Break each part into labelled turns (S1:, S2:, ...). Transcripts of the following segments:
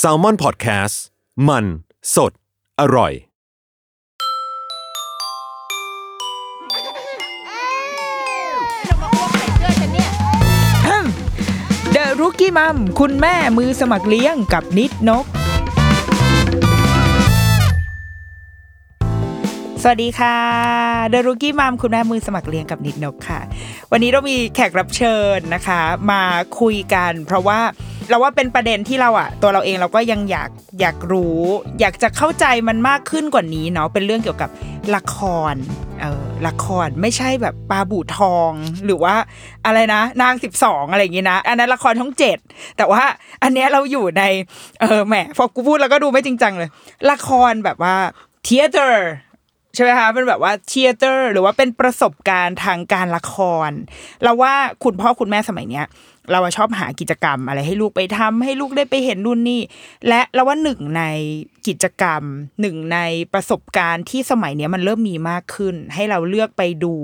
S1: s a l ม o n PODCAST มันสดอร่อย
S2: เดอะรุกี้มัมคุณแม่มือสมัครเลี้ยงกับนิดนก สวัสดีค่ะเดอะรุกี้มัมคุณแม่มือสมัครเลี้ยงกับนิดนกค่ะ วันนี้เรามีแขกรับเชิญนะคะ มาคุยกัน เพราะว่าเราว่าเป็นประเด็นที่เราอะตัวเราเองเราก็ยังอยากอยากรู้ อยากจะเข้าใจมันมากขึ้นกว่านี้เนาะเป็นเรื่องเกี่ยวกับละครเออละครไม่ใช่แบบปลาบู่ทองหรือว่า อะไรนะนางสิบสองอะไรอย่างงี้นะ อันนั้นละครช่องเจ็ดแต่ว่าอันเนี้ยเราอยู่ในเออแหมพอกูพูดแล้วก็ดูไม่จริงจังเลย ละครแบบว่าเทเตอร์ใช่ไหมคะเป็นแบบว่าเทเตอร์หรือว่าเป็นประสบการณ์ทางการละคร เราว่าคุณพ่อคุณแม่สมัยเนี้ย เราอะชอบหากิจกรรมอะไรให้ลูกไปทำให้ลูกได้ไปเห็นนู่นนี่ และเราว่าหนึ่งในกิจกรรมหนึ่งในประสบการณ์ที่สมัยเนี้ยมันเริ่มมีมากขึ้น ให้เราเลือกไปดู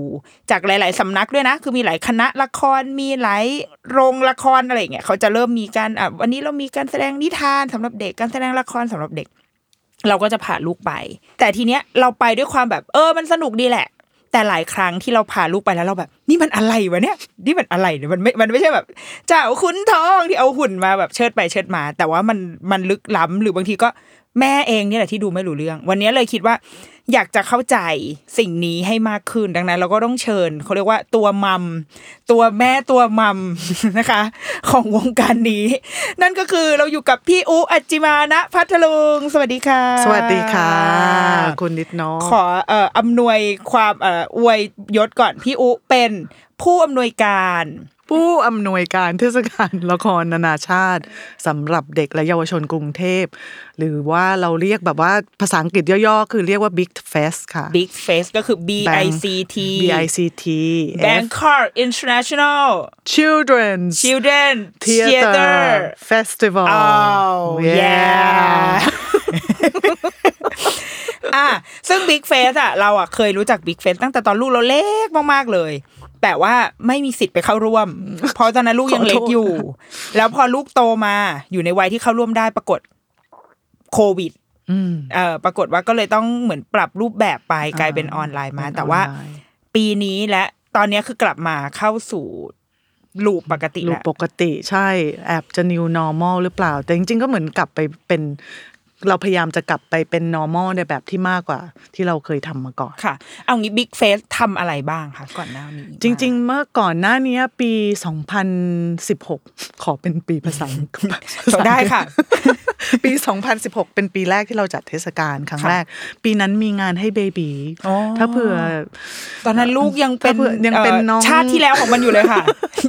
S2: จากหลาย ๆสำนักด้วยนะ คือมีหลายคณะละครมีหลายโรงละครอะไรอย่างเงี้ยเขาจะเริ่มมีการอ่ะวันนี้เรามีการแสดงนิทานสำหรับเด็กการแสดงละครสำหรับเด็ก เราก็จะพาลูกไป แต่ทีเนี้ยเราไปด้วยความแบบเออมันสนุกดีแหละ แต่หลายครั้งที่เราพาลูกไปแล้วเราแบบ นี่มันอะไรวะเนี่ยนี่มันอะไรเนี่ยมันไม่มันไม่ใช่แบบเจ้าขุนทองที่เอาหุ่นมาแบบเชิดไปเชิดมา แต่ว่ามันมันลึกล้ำหรือบางทีก็แม่เองเนี่ยแหละที่ดูไม่รู้เรื่อง วันนี้เลยคิดว่า อยากจะเข้าใจสิ่งนี้ให้มากขึ้นดังนั้น เราก็ต้องเชิญเขาเรียกว่าตัวมัม ตัวแม่ตัวมั ม นะคะ ของวงการนี้ นั่นก็คือเราอยู่กับพี่อุอัจจิมานะพัทลุงสวัสดีค่ะ
S3: สวัสดีค่ะ คุณนิดน้อง
S2: ขอเอ่ออำนวยความเอ่ออวยยศก่อนพี่อุเป็นผู้อำนวยการ
S3: ผู้อำนวยการเทศกาลละครนานาชาติสำหรับเด็กและเยาวชนกรุงเทพ หรือว่าเราเรียกแบบว่าภาษาอังกฤษย่อๆ คือเรียกว่า Big Fest ค่ะ
S2: Big Face ก็คือ BICT
S3: BICT
S2: Bangkok International
S3: Children s
S2: Children
S3: Theater Festival
S2: Oh yeah อ่ะซึ่ง Big Face อ่ะเราอ่ะเคยรู้จัก Big Face ตั้งแต่ตอนลูกเราเล็กมากๆเลย แต่ว่าไม่มีสิทธิ์ไปเข้าร่วม เพราะตอนนั้นลูกยังเล็กอยู่ แล้วพอลูกโตมาอยู่ในวัยที่เข้าร่วมได้ปรากฏโควิด
S3: อืม
S2: เอ่อปรากฏว่าก็เลยต้องเหมือนปรับรูปแบบไปกลายเป็นออนไลน์มา แต่ว่า
S3: ออนไลน์
S2: ปีนี้และตอนเนี้ยคือกลับมาเข้าสู่ลูปปกติ
S3: รูป
S2: แล้ว
S3: ปกติใช่แอบจะ new normal หรือเปล่า แต่จริงๆ ก็เหมือนกลับไปเป็น เราพยายามจะกลับไปเป็น normal ในแบบที่มากกว่า ที่เราเคยทำมาก่อน
S2: ค่ะ เอางี้บิ๊กเฟสทำอะไรบ้างคะก่อนหน้านี้
S3: จริง ๆ เมื่อก่อนหน้านี้ปี 2016 ขอเป็นปีภาษาอังกฤ ษ
S2: ได้ค่ะ
S3: ปี 2016 เป็นปีแรกที่เราจัดเทศกาลครั้ง
S2: ค่ะ
S3: แรก ปีนั้นมีงานให้เบบี
S2: อ๋อ
S3: ถ้าเผื่อ
S2: ตอนนั้นลูกยังเป็น
S3: ถ้าเผื่อยังเป็นน้อง
S2: ชาติที่แล้วของมันอยู่เลยค่ะ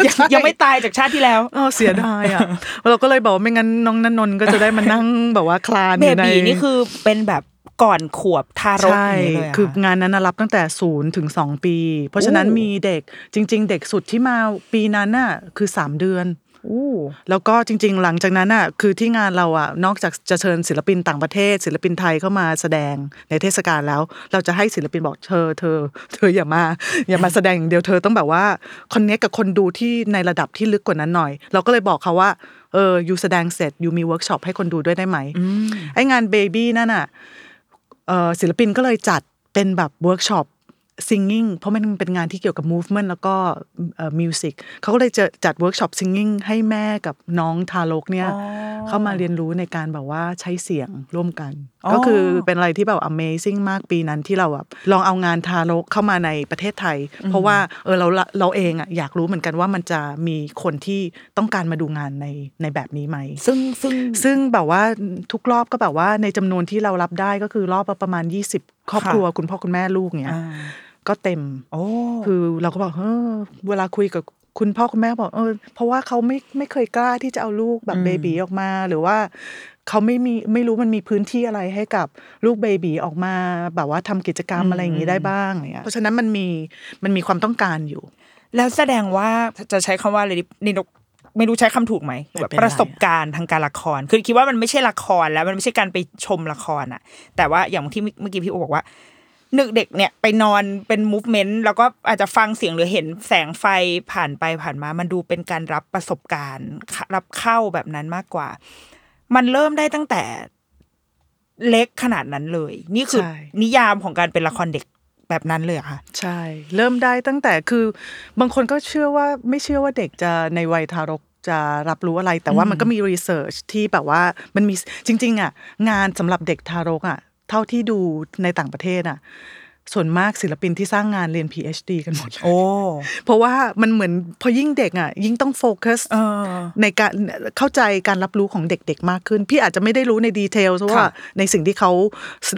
S2: ยังยังไม่ตายจากชาติที่แล้ว
S3: เออเสียดาย อ่ะ เราก็เลยบอกว่าไม่งั้นน้องนันนนท์ก็จะได้มานั่งแบบว่าคลาน
S2: เบ
S3: อ
S2: บี
S3: ยู่ใน
S2: นี่คือเป็นแบบก่อนขวบทารกอ
S3: ใช่
S2: ย่างนี้เลยเหร
S3: คือ
S2: คะ
S3: งานนั้นน่ะรับตั้งแต่ศูนย์ถึงสองปี เพราะฉะนั้น
S2: โอ้
S3: มีเด็กจริง ๆ เด็กสุดที่มาปีนั้นน่ะคือสามเดือน
S2: อู้
S3: แล้วก็จริง ๆ หลังจากนั้นน่ะคือที่งานเราอ่ะนอกจากจะเชิญศิลปินต่างประเทศ ศิลปินไทยเข้ามาแสดงในเทศกาลแล้ว เราจะให้ศิลปินบอกเธอเธอ เธออย่ามา อย่ามาแสดงอย่างเดียวเธอต้องแบบว่าคอนเนคกับคนดูที่ในระดับที่ลึกกว่านั้นหน่อย เราก็เลยบอกเขาว่าเออยูแสดงเสร็จยูมีเวิร์กช็อปให้คนดูด้วยได้ไหมไอ้งานเบบี้นั่นน่ะ เอ่อศิลปินก็เลยจัดเป็นแบบเวิร์กช็อป singing เพราะมันเป็นงานที่เกี่ยวกับ movement แล้วก็เอ่อ music เขาก็เลยจะจัดเวิร์กช็อป singing ให้แม่กับน้องทารกเนี่ย
S2: อ๋อ
S3: เข้ามาเรียนรู้ในการแบบว่าใช้เสียงร่วมกัน
S2: อ๋อ
S3: ก็คือเป็นอะไรที่แบบ amazing มากปีนั้นที่เราแบบลองเอางานทารกเข้ามาในประเทศไทย เพราะว่าเออเราเราเองอะอยากรู้เหมือนกันว่ามันจะมีคนที่ต้องการมาดูงานในในแบบนี้ไหม
S2: ซึ่งซึ่ง
S3: ซึ่งแบบว่าทุกรอบก็แบบว่าในจำนวนที่เรารับได้ก็คือรอบละประมาณ 20 ครอบ
S2: ค่ะ
S3: ครัวคุณพ่อคุณแม่ลูกเนี่ย
S2: อ่า
S3: ก็เต็ม
S2: โอ้
S3: คือเราก็บอกเออเวลาคุยกับคุณพ่อคุณแม่บอกเออเพราะว่าเขาไม่ไม่เคยกล้าที่จะเอาลูกแบบเบบีออกมา หรือว่าเขาไม่มีไม่รู้มันมีพื้นที่อะไรให้กับลูกเบบีออกมา แบบว่าทำกิจกรรมอะไรอย่างนี้ได้บ้างอย่างเนี่ยเพราะฉะนั้นมันมีมันมีความต้องการอยู่
S2: แล้วแสดงว่าจะใช้คำว่าอะไรดีนี่นกไม่รู้ใช้คำถูกไหม
S3: ไม่เป็นไร
S2: แบบประสบการณ์ทางการละคร คือคิดว่ามันไม่ใช่ละครแล้วมันไม่ใช่การไปชมละครอะแต่ว่าอย่างที่เมื่อกี้พี่โอบอกว่า นึกเด็กเนี่ยไปนอนเป็นมูฟเมนต์แล้วก็อาจจะฟังเสียงหรือเห็นแสงไฟผ่านไปผ่านมา มันดูเป็นการรับประสบการณ์ค่ะรับเข้าแบบนั้นมากกว่า มันเริ่มได้ตั้งแต่เล็กขนาดนั้นเลย นี่คือ
S3: ใช่
S2: นิยามของการเป็นละครเด็กแบบนั้นเลยเหรอค่ะ
S3: ใช่ เริ่มได้ตั้งแต่คือบางคนก็เชื่อว่าไม่เชื่อว่าเด็กจะในวัยทารกจะรับรู้อะไร แต่ว่ามันก็มีรีเสิร์ชที่แบบว่ามันมีจริงๆอ่ะงานสำหรับเด็กทารกอ่ะเท่าที่ดูในต่างประเทศอ่ะส่วนมากศิลปินที่สร้างงานเรียน PhD กันหมดเลย
S2: โอ้
S3: เพราะว่ามันเหมือนพอยิ่งเด็กอ่ะยิ่งต้องโฟกัส
S2: เออ
S3: ในการเข้าใจการรับรู้ของเด็กๆ มากขึ้น พี่อาจจะไม่ได้รู้ในดีเทลว่า
S2: ค่ะ
S3: ในสิ่งที่เขา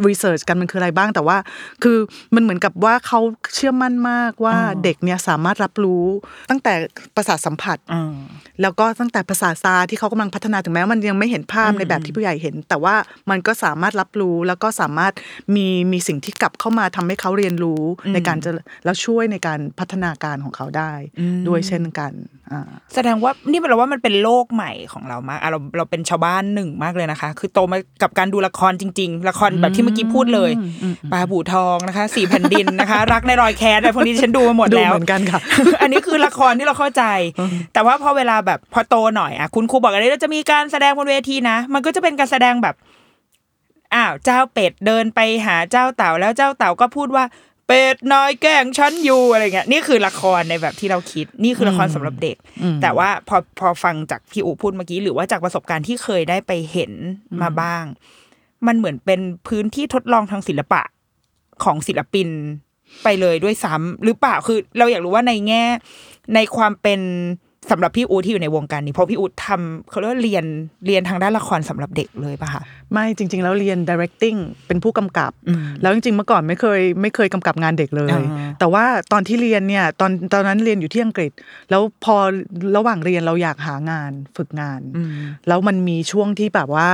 S3: รีเสิร์ชกันมันคืออะไรบ้างแต่ว่า คือมันเหมือนกับว่าเขาเชื่อมั่นมากว่า
S2: อ๋อ
S3: เด็กเนี่ยสามารถรับรู้ตั้งแต่ประสาทสัมผัส
S2: อืม
S3: แล้วก็ตั้งแต่ภาษาทตาที่เขากำลังพัฒนาถึงแม้มันยังไม่เห็นภาพในแบบที่ผู้ใหญ่เห็น แต่ว่ามันก็สามารถรับรู้แล้วก็สามารถมีมีสิ่งที่กลับเข้ามาทำให้เขาเรียนรู้ในการจะแล้วช่วยในการพัฒนาการของเขาได้ด้วยเช่นกันอ่า
S2: แสดงว่านี่เราว่ามันเป็นโลกใหม่ของเรามากอ่ะเราเราเป็นชาวบ้านหนึ่งมากเลยนะคะ คือโตมากับการดูละครจริง ๆ ละครแบบที่เมื่อกี้พูดเลยปลาบูทองนะคะสีแผ่นดินนะคะ รักในรอยแคสอะไรพวกนี้ฉันดูมาหมดแล้ว
S3: ดูเหมือนกันค่ะ
S2: อันนี้คือละครที่เราเข้าใจ แต่ว่าพอเวลาแบบพอโตหน่อยอ่ะคุณครูบอกอะไรเราจะมีการแสดงบนเวทีนะ มันก็จะเป็นการแสดงแบบอ้าวเจ้าเป็ดเดินไปหาเจ้าเต่าแล้วเจ้าเต่าก็พูดว่า เป็ดน้อยแกล้งฉันอยู่อะไรเงี้ยนี่คือละครในแบบที่เราคิด นี่คือละครสำหรับเด็ก แต่ว่าพอพอฟังจากพี่อูพูดเมื่อกี้หรือว่าจากประสบการณ์ที่เคยได้ไปเห็นมาบ้าง มันเหมือนเป็นพื้นที่ทดลองทางศิลปะ ของศิลปินไปเลยด้วยซ้ำหรือเปล่าคือเราอยากรู้ว่าในแง่ ในความเป็นสำหรับพี่อูที่อยู่ในวงการนี้เพราะพี่อูทำเขาเรียกว่าเรียนเรียนทางด้านละครสำหรับเด็กเลยป่ะคะ
S3: ไม่จริง ๆ แล้วเรียน directing เป็นผู้กำกับ แล้วจริง ๆ เมื่อก่อนไม่เคยไม่เคยกำกับงานเด็กเลย
S2: อ่าฮะ
S3: แต่ว่าตอนที่เรียนเนี่ยตอนตอนนั้นเรียนอยู่ที่อังกฤษ แล้วพอระหว่างเรียนเราอยากหางานฝึกงาน แล้วมันมีช่วงที่แบบว่า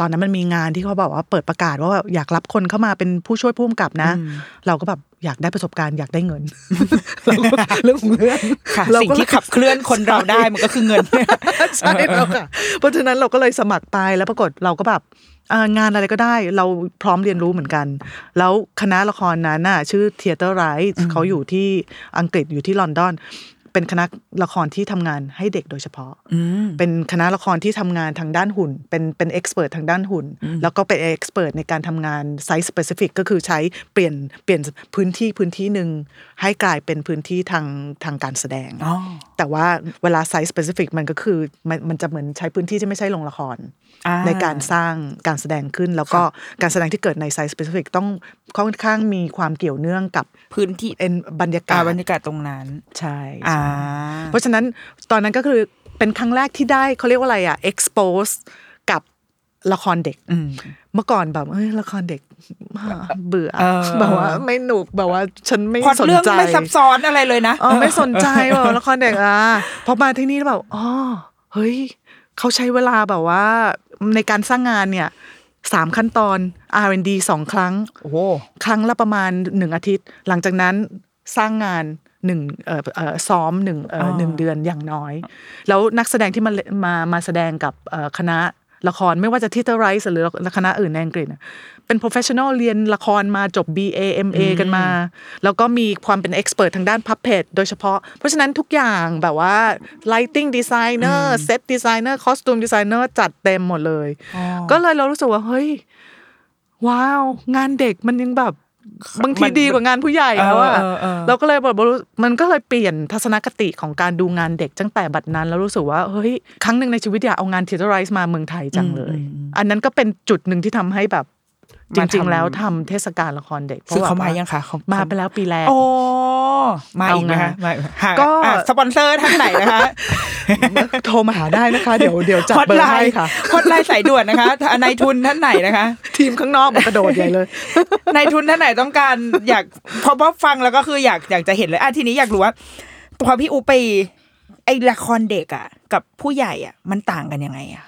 S3: ตอนนั้นมันมีงานที่เขาบอกว่าเปิดประกาศว่าแบบอยากรับคนเข้ามาเป็นผู้ช่วยผู้กำกับนะ เราก็แบบอยากได้ประสบการณ์อยากได้เงิน เราก็ เรื่องของเรื่อง
S2: ค่ะ
S3: เราก็
S2: สิ่งที่ขับเคลื่อนคนเราได้มันก็คือเงิน
S3: ใช่แล้วค่ะ เพราะฉะนั้นเราก็เลยสมัครไปแล้วปรากฏเราก็แบบเอ่องานอะไรก็ได้เราพร้อมเรียนรู้เหมือนกัน แล้วคณะละครนั้นน่ะชื่อ Theater Rights เขาอยู่ที่อังกฤษอยู่ที่ลอนดอน เป็นคณะละครที่ทำงานให้เด็กโดยเฉพาะ เป็นคณะละครที่ทำงานทางด้านหุ่น เป็นเป็นเอ็กซ์เพรสทางด้านหุ่น แล้วก็เป็นเอ็กซ์เพรสในการทำงานไซส์ s p e c i f i c ก็คือใช้เปลี่ยนเปลี่ยนพื้นที่พื้นที่หนึ่งให้กลายเป็นพื้นที่ทางทางการแสดง แต่ว่าเวลาไซส์ specific มันก็คือมันมันจะเหมือนใช้พื้นที่ที่ไม่ใช่โรงละคร
S2: อ่า
S3: ในการสร้างการแสดงขึ้น แล้วก็การแสดงที่เกิดในไซส์ specific ต้องค่อนข้างมีความเกี่ยวเนื่องกับ
S2: พื้นที่
S3: เอ็นบรรยากา
S2: อ่า
S3: ศ
S2: บรรยากาศตรงนั้น
S3: ใช่
S2: อ่า
S3: ใช่ เพราะฉะนั้นตอนนั้นก็คือเป็นครั้งแรกที่ได้เขาเรียกว่าอะไรอะ expose กับละครเด็กเมื่อก่อนแบบเอ้ยละครเด็กเบื่อ
S2: เออ
S3: แบบว่าไม่หนุกแบบว่าฉันไม่
S2: พล็อด
S3: สน
S2: เรื่อง
S3: ใจ
S2: ไม่ซับซ้อนอะไรเลยนะ
S3: เออไม่สนใจแบบละครเด็กอ่ะพอมาที่นี่แล้วแบบอ๋อเฮ้ยเขาใช้เวลาแบบว่าในการสร้างงานเนี่ยสามขั้นตอน R&D สองครั้ง
S2: โอ้โห
S3: ครั้งละประมาณหนึ่งอาทิตย์ หลังจากนั้นสร้างงานหนึ่งเอ่อเอ่อซ้อมหนึ่งเอ่ออหนึ่งเดือนอย่างน้อย แล้วนักแสดงที่มาเลมามาแสดงกับเอ่อคณะละครไม่ว่าจะทิเตอร์ไรส์หรือคณะอื่นในอังกฤษน่ะเป็น professional เรียนละครมาจบ BA MA กันมา แล้วก็มีความเป็น expert ทางด้าน puppet โดยเฉพาะ เพราะฉะนั้นทุกอย่างแบบว่า lighting designer set designer costume designer จัดเต็มหมดเลย ก็เลยเรารู้สึกว่าเฮ้ย ว้าว งานเด็กมันยังแบบบางที
S2: มัน
S3: ดีกว่างานผู้ใหญ่แล้วอะ
S2: เออเออเออ
S3: เราก็เลยแบบรู้มันก็เลยเปลี่ยนทัศนคติของการดูงานเด็กตั้งแต่บัดนั้น แล้วรู้สึกว่าเฮ้ยครั้งหนึ่งในชีวิตอยากเอางานเทเตอร์ไรส์มาเมืองไทยจังเลย อันนั้นก็เป็นจุดหนึ่งที่ทำให้แบบจ
S2: มาทำ
S3: ริง ๆ แล้วทำเทศกาลละครเด็กพระ
S2: ซึ่ง
S3: ว่
S2: เขามายังคะเขา
S3: มาไปแล้วปีแรก
S2: โอ้มาอีกไหมคะ
S3: เอาไง
S2: มาหา
S3: ก็
S2: อ่ะสปอนเซอร์ท่านไหนนะคะ
S3: โทรมาหาได้นะคะ เดี๋ยวเดี๋ยวจัด
S2: ฮอต
S3: เบอ
S2: ไล
S3: ร์ ให้
S2: น์
S3: ค่ะ
S2: ฮอตไลน์สายด่วนนะคะนายทุนท่านไหนนะคะ
S3: ทีมข้างนอกมากระโดดใหญ่เลย
S2: นายทุนท่านไหนต้องการอยากพอพอฟังแล้วก็คืออยากอยากจะเห็นเลยอ่ะทีนี้อยากรู้ว่าพอพี่อูไปไอละครเด็กอ่ะ กับผู้ใหญ่อ่ะ มันต่างกันยังไงอ่ะ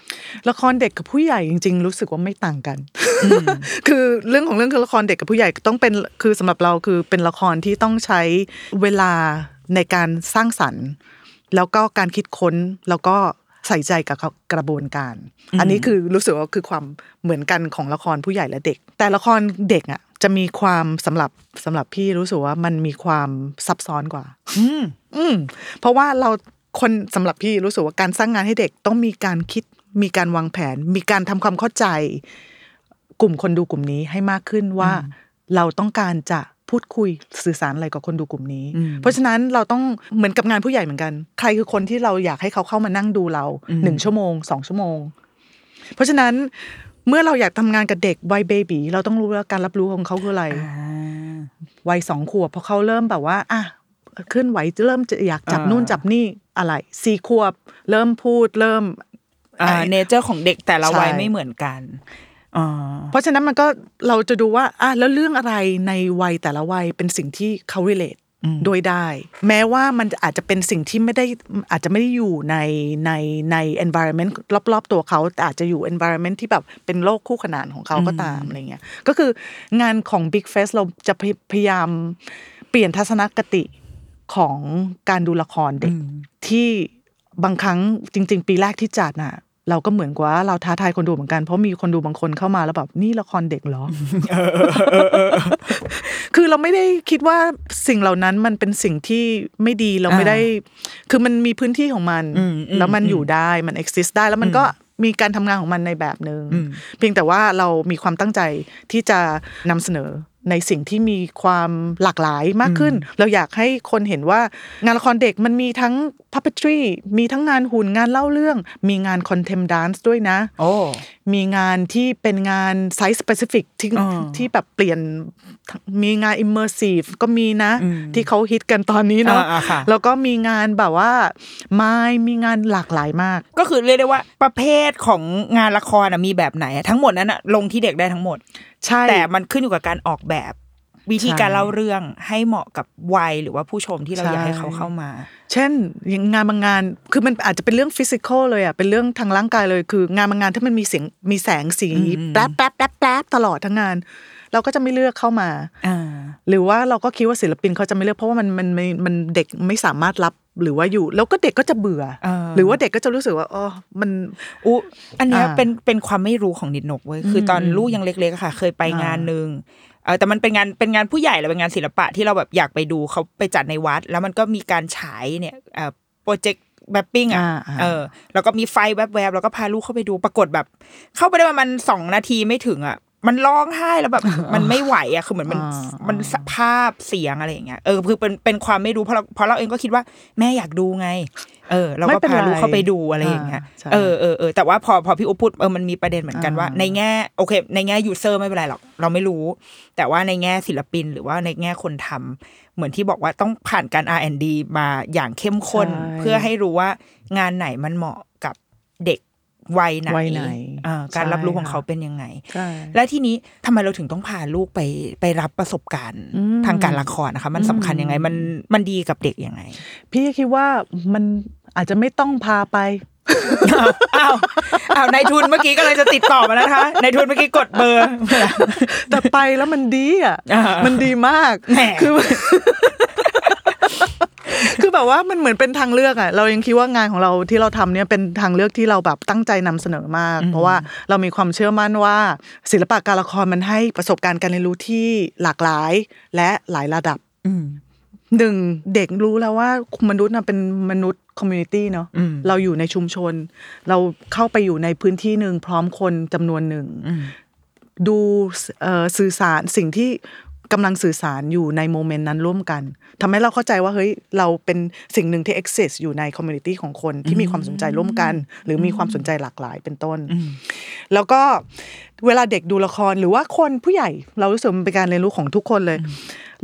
S3: ละครเด็กกับผู้ใหญ่จริง ๆ รู้สึกว่าไม่ต่างกัน คือเรื่องของเรื่องคือละครเด็กกับผู้ใหญ่ต้องเป็นคือสำหรับเราคือเป็นละครที่ต้องใช้เวลาในการสร้างสรรค์ แล้วก็การคิดค้นแล้วก็ ใส่ใจกับกระบวนการ อันนี้คือรู้สึกว่าคือความเหมือนกันของละครผู้ใหญ่และเด็ก แต่ละครเด็กอ่ะจะมีความสำหรับสำหรับพี่รู้สึกว่ามันมีความซับซ้อนกว่า
S2: อืม
S3: อืมเพราะว่าเราคนสำหรับพี่รู้สึกว่าการสร้างงานให้เด็กต้องมีการคิดมีการวางแผน มีการทำความเข้าใจ กลุ่มคนดูกลุ่มนี้ให้มากขึ้นว่า เราต้องการจะพูดคุยสื่อสารอะไรกับคนดูกลุ่มนี้
S2: อืม
S3: เพราะฉะนั้นเราต้องเหมือนกับงานผู้ใหญ่เหมือนกัน ใครคือคนที่เราอยากให้เขาเข้ามานั่งดูเรา
S2: อืม
S3: หนึ่งชั่วโมงสองชั่วโมง เพราะฉะนั้นเมื่อเราอยากทำงานกับเด็กวัยเบบีเราต้องรู้แล้วการรับรู้ของเขาคืออะไร
S2: อ่า
S3: วัยสองขวบเพราะเขาเริ่มแบบว่าอ่ะเคลื่อนไหวเริ่มจะอยากจับ
S2: อ่านู่
S3: นู่นจับนี่อะไรสี่ขวบ เริ่มพูดเริ่ม
S2: อ่าเนเจอร์ของเด็กแต่ละวัย
S3: ใช่
S2: ไม่เหมือนกันอ๋อ
S3: เพราะฉะนั้นมันก็เราจะดูว่าอ่ะแล้วเรื่องอะไรในวัยแต่ละวัยเป็นสิ่งที่เขา relate
S2: อืม
S3: โดยได้ แม้ว่ามันอาจจะเป็นสิ่งที่ไม่ได้อาจจะไม่ได้อยู่ในในใน environment รอบๆ ตัวเขาแต่อาจจะอยู่ environment ที่แบบเป็นโลกคู่ขนานของเขาก็ตามอะไรเงี้ยก็คืองานของ Big f a c e เราจะพยพยายามเปลี่ยนทัศนคติของการดูละครเด็ก ที่บางครั้งจริง ๆ ปีแรกที่จัดน่ะ เราก็เหมือนกับว่าเราท้าทายคนดูเหมือนกันเพราะมีคนดูบางคนเข้ามาแล้วแบบนี่ละครเด็กเหรอ คือเราไม่ได้คิดว่าสิ่งเหล่านั้นมันเป็นสิ่งที่ไม่ดีเราไม่ได้ คือมันมีพื้นที่ของมัน
S2: อืมอืม
S3: แล้วมันอยู่ได้มัน exist ได้แล้วมันก็มีการทำงานของมันในแบบหนึง่ง
S2: อืม
S3: เพียงแต่ว่าเรามีความตั้งใจที่จะนำเสนอในสิ่งที่มีความหลากหลายมากขึ้น เราอยากให้คนเห็นว่างานละครเด็กมันมีทั้ง puppetry มีทั้งงานหุ่นงานเล่าเรื่อง มีงาน contempt dance ด้วยนะ
S2: โอ้
S3: มีงานที่เป็นงานไซส์ specific ที่
S2: อ่า
S3: ที่แบบเปลี่ยนมีงาน immersive ก็มีนะ
S2: อืม
S3: ที่เขาฮิตกันตอนนี้เนาะ
S2: อ่าๆค่ะ
S3: แล้วก็มีงานแบบว่าไม้มีงานหลากหลายมาก
S2: ก็คือเรียกได้ว่าประเภทของงานละครน่ะมีแบบไหนอะทั้งหมดนั้นอะลงที่เด็กได้ทั้งหมด
S3: ใช่
S2: แต่มันขึ้นอยู่กับการออกแบบ วิธี
S3: ใช่
S2: การเล่าเรื่องให้เหมาะกับวัยหรือว่าผู้ชมที่เราอยากให้เขาเข้ามา
S3: เช่นอย่างงานบางงานคือมันอาจจะเป็นเรื่องฟิสิกอลเลยอ่ะเป็นเรื่องทางร่างกายเลยคืองานบางงานถ้ามันมีเสียงมีแสงสีแป๊บแป๊บแป๊บแป๊บตลอดทั้งงาน เราก็จะไม่เลือกเข้ามา
S2: อ่า
S3: หรือว่าเราก็คิดว่าศิลปินเขาจะไม่เลือกเพราะว่ามันมันมันมันเด็กไม่สามารถรับหรือว่าอยู่ แล้วก็เด็กก็จะเบื่อ
S2: เออ
S3: หรือว่าเด็กก็จะรู้สึกว่าอ๋อมัน
S2: อุยอันเนี้ย
S3: อ่า
S2: เป็นเป็นความไม่รู้ของนิดนกเว้ยคือตอนลูกยังเล็กๆอะค่ะ เคยไปงานหนึ่งเออแต่มันเป็นงานเป็นงานผู้ใหญ่แหละเป็นงานศิลปะที่เราแบบอยากไปดูเขาไปจัดในวัด แล้วมันก็มีการฉายเนี่ยเอ่อโปรเจกต์แบบปิ้งอ่ะ
S3: อ่าอ่า
S2: เออ แล้วก็มีไฟแวบๆแล้วก็พาลูกเข้าไปดูปรากฏแบบ เข้าไปได้ประมาณสองนาทีไม่ถึงอ่ะ มันร้องไห้แล้วแบบ มันไม่ไหวอ่ะคือเหมือนมันมันสภาพเสียงอะไรอย่างเงี้ยเออคือเป็นเป็นความไม่รู้เพราะเราเพราะเราเองก็คิดว่าแม่อยากดูไง เออ เรา
S3: ไม่
S2: ก็
S3: เป็น
S2: พา
S3: ไร
S2: ลูกเข้าไปดูอะไรอย่างเงี้ย
S3: อ่าใช่
S2: เออ เออเออแต่ว่าพอพอพี่อุปพูดเออมันมีประเด็นเหมือนกันว่า ในแง่โอเค ในแง่ยูเซอร์ไม่เป็นไรหรอกเราไม่รู้ แต่ว่าในแง่ศิลปินหรือว่าในแง่คนทำเหมือนที่บอกว่าต้องผ่านการ R&D มาอย่างเข้มข้น
S3: ใช่
S2: เพื่อให้รู้ว่างานไหนมันเหมาะกับเด็กวัยไหน
S3: วัยไหน
S2: เอ่อการ
S3: ใช่
S2: รับรู้ของ
S3: ค่ะ
S2: เขาเป็นยังไง
S3: ใช่
S2: และทีนี้ทำไมเราถึงต้องพาลูกไปไปรับประสบการณ์
S3: อืม
S2: ทางการละครนะคะ มันสำคัญยังไงมันมันดีกับเด็กยังไง
S3: พี่คิดว่ามันอาจจะไม่ต้องพาไป
S2: อ้าวอ้าวอ้าวนายทุนเมื่อกี้ก็เลยจะติดต่อมาแล้วนะคะนายทุนเมื่อกี้กดเบอร์
S3: แต่ไปแล้วมันดีอ่ะ
S2: อ่ามั
S3: มันดีมาก
S2: แหม
S3: คือ คือแบบว่ามันเหมือนเป็นทางเลือกอ่ะเรายังคิดว่างานของเราที่เราทำเนี่ยเป็นทางเลือกที่เราแบบตั้งใจนำเสนอมาก เพราะว่าเรามีความเชื่อมั่นว่า ศิลปะการละครมันให้ประสบการณ์การเรียนรู้ที่หลากหลาย และหลายระดับ
S2: อืม
S3: หนึ่งเด็กรู้แล้วว่ามนุษย์นะเป็นมนุษย์คอมมูนิตี้เนาะ
S2: อืม
S3: เราอยู่ในชุมชน เราเข้าไปอยู่ในพื้นที่หนึ่งพร้อมคนจำนวนหนึ่ง
S2: อืม
S3: ดูเอ่อสื่อสารสิ่งที่กำลังสื่อสารอยู่ในโมเมนต์นั้นร่วมกันทำให้เราเข้าใจว่าเฮ้ยเราเป็นสิ่งหนึ่งที่ exist อยู่ในคอมมูนิตี้ของคนที่มีความสนใจร่วมกัน หรือมีความสนใจหลากหลายเป็นต้น แล้วก็เวลาเด็กดูละครหรือว่าคนผู้ใหญ่ เรารู้สึกมันเป็นการเรียนรู้ของทุกคนเลย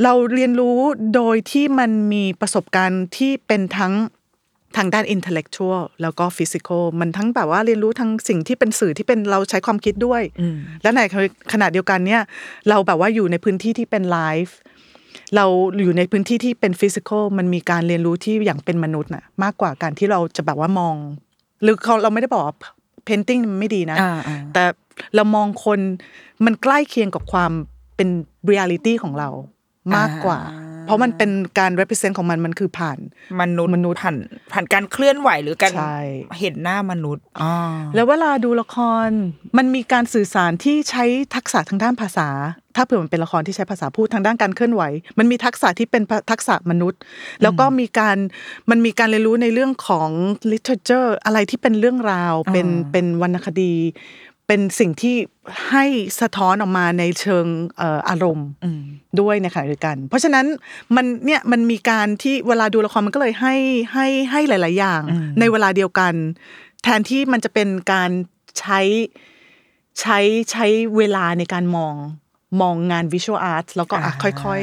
S3: เราเรียนรู้โดยที่มันมีประสบการณ์ที่เป็นทั้ง ทางด้านอินเทลเล็กชวลแล้วก็ฟิสิกอลมันทั้งแบบว่าเรียนรู้ทั้งสิ่งที่เป็นสื่อที่เป็นเราใช้ความคิดด้วย
S2: อืม
S3: และในขณะเดียวกันเนี่ยเราแบบว่าอยู่ในพื้นที่ที่เป็นไลฟ์เราอยู่ในพื้นที่ที่เป็นฟิสิกอลมันมีการเรียนรู้ที่อย่างเป็นมนุษย์น่ะมากกว่าการที่เราจะแบบว่ามอง หรือเขาเราไม่ได้บอกว่าเพนติ้งมันไม่ดีนะ
S2: อ่าอ่า
S3: แต่เรามองคนมันใกล้เคียงกับความเป็นเรียลิตี้ของเรามากกว่า
S2: อ่า
S3: เพราะมันเป็นการ represent ของมันมันคือผ่าน
S2: มนุษย์
S3: มนุษย์
S2: ผ่านผ่านการเคลื่อนไหวหรือการ
S3: ใช่
S2: เห็นหน้ามนุษย์อ๋อ
S3: แล้วเวลาดูละครมันมีการสื่อสารที่ใช้ทักษะทางด้านภาษา ถ้าเผื่อมันเป็นละครที่ใช้ภาษาพูดทางด้านการเคลื่อนไหว มันมีทักษะที่เป็นทักษะมนุษย์ แล้วก็มีการมันมีการเรียนรู้ในเรื่องของ literature อะไรที่เป็นเรื่องราวเป็นเป็นวรรณคดี เป็นสิ่งที่ให้สะท้อนออกมาในเชิงเอ่ออารมณ์ ด้วยในขณะเดียวกัน เพราะฉะนั้นมันเนี่ยมันมีการที่เวลาดูละครมันก็เลยให้ให้ให้หลาย ๆ อย่าง ในเวลาเดียวกัน แทนที่มันจะเป็นการใช้ใช้ใช้เวลาในการมองมองงานวิชวลอาร์ตแล้วก็อ่ะค่อย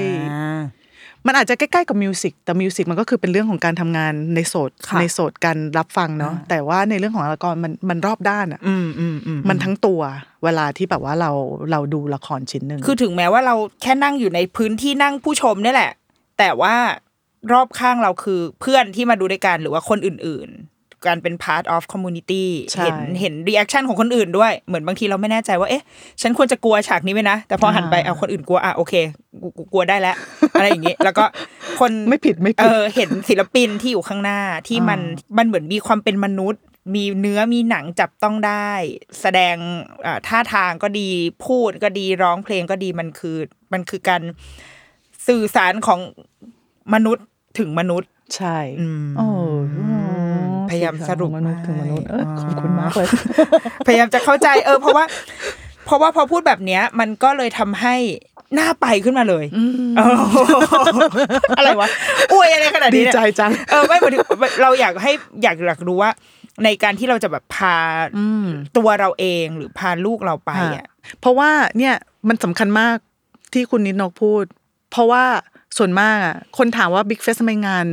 S2: า
S3: ๆ มันอาจจะใกล้ๆกับมิวสิกแต่มิวสิกมันก็คือเป็นเรื่องของการทำงานในโสด
S2: ค่ะ
S3: ในโสดการรับฟังเนาะแต่ว่าในเรื่องของละครมันมันรอบด้านอ่ะ
S2: อืมอืมอืม
S3: มันทั้งตัวเวลาที่แบบว่าเราเราดูละครชิ้นหนึ่ง
S2: คือถึงแม้ว่าเราแค่นั่งอยู่ในพื้นที่นั่งผู้ชมเนี่ยแหละ แต่ว่ารอบข้างเราคือเพื่อนที่มาดูด้วยกันหรือว่าคนอื่นๆ การเป็น part of community
S3: ใช่
S2: เห็นเห็น reaction ของคนอื่นด้วย เหมือนบางทีเราไม่แน่ใจว่าเอ๊ะ ฉันควรจะกลัวฉากนี้ไหมนะ แต่พอหันไปเอาคนอื่นกลัวอ่ะโอเคกูกูกลัวได้แล้วอะไรอย่างงี้แล้วก็คน
S3: ไม่ผิดไม่
S2: เอ
S3: ผิด
S2: อเห็นศิลปินที่อยู่ข้างหน้าที่มันมันเหมือนมีความเป็นมนุษย์ มีเนื้อมีหนังจับต้องได้ แสดงอ่าท่าทางก็ดีพูดก็ดีร้องเพลงก็ดีมันคือ มันคือการสื่อสารของมนุษย์ถึงมนุษย์
S3: ใช่
S2: อืม
S3: โอ้
S2: พยายามสรุป
S3: มนุษย์ถึงมนุษย์เออ
S2: ให้
S3: ขอบคุณมากเลย
S2: พยายามจะเข้าใจ เออเพราะว่า เพราะว่าพอพูดแบบเนี้ย มันก็เลยทำให้หน้าไปขึ้นมาเลยเอ ออะไรวะอุ้ยอะไรขนาด
S3: ดี
S2: นี้เนี่ย
S3: ใจจัง
S2: เออไม่หมายถึงเราอยากให้อยากอยากรู้ว่า ในการที่เราจะแบบพาตัวเราเองหรือพาลูกเราไปอ่ะ
S3: เพราะว่าเนี่ยมันสำคัญมากที่คุณนิดนกพูด เพราะว่าส่วนมากอะคนถามว่าบิ๊กเฟสทำไมงาน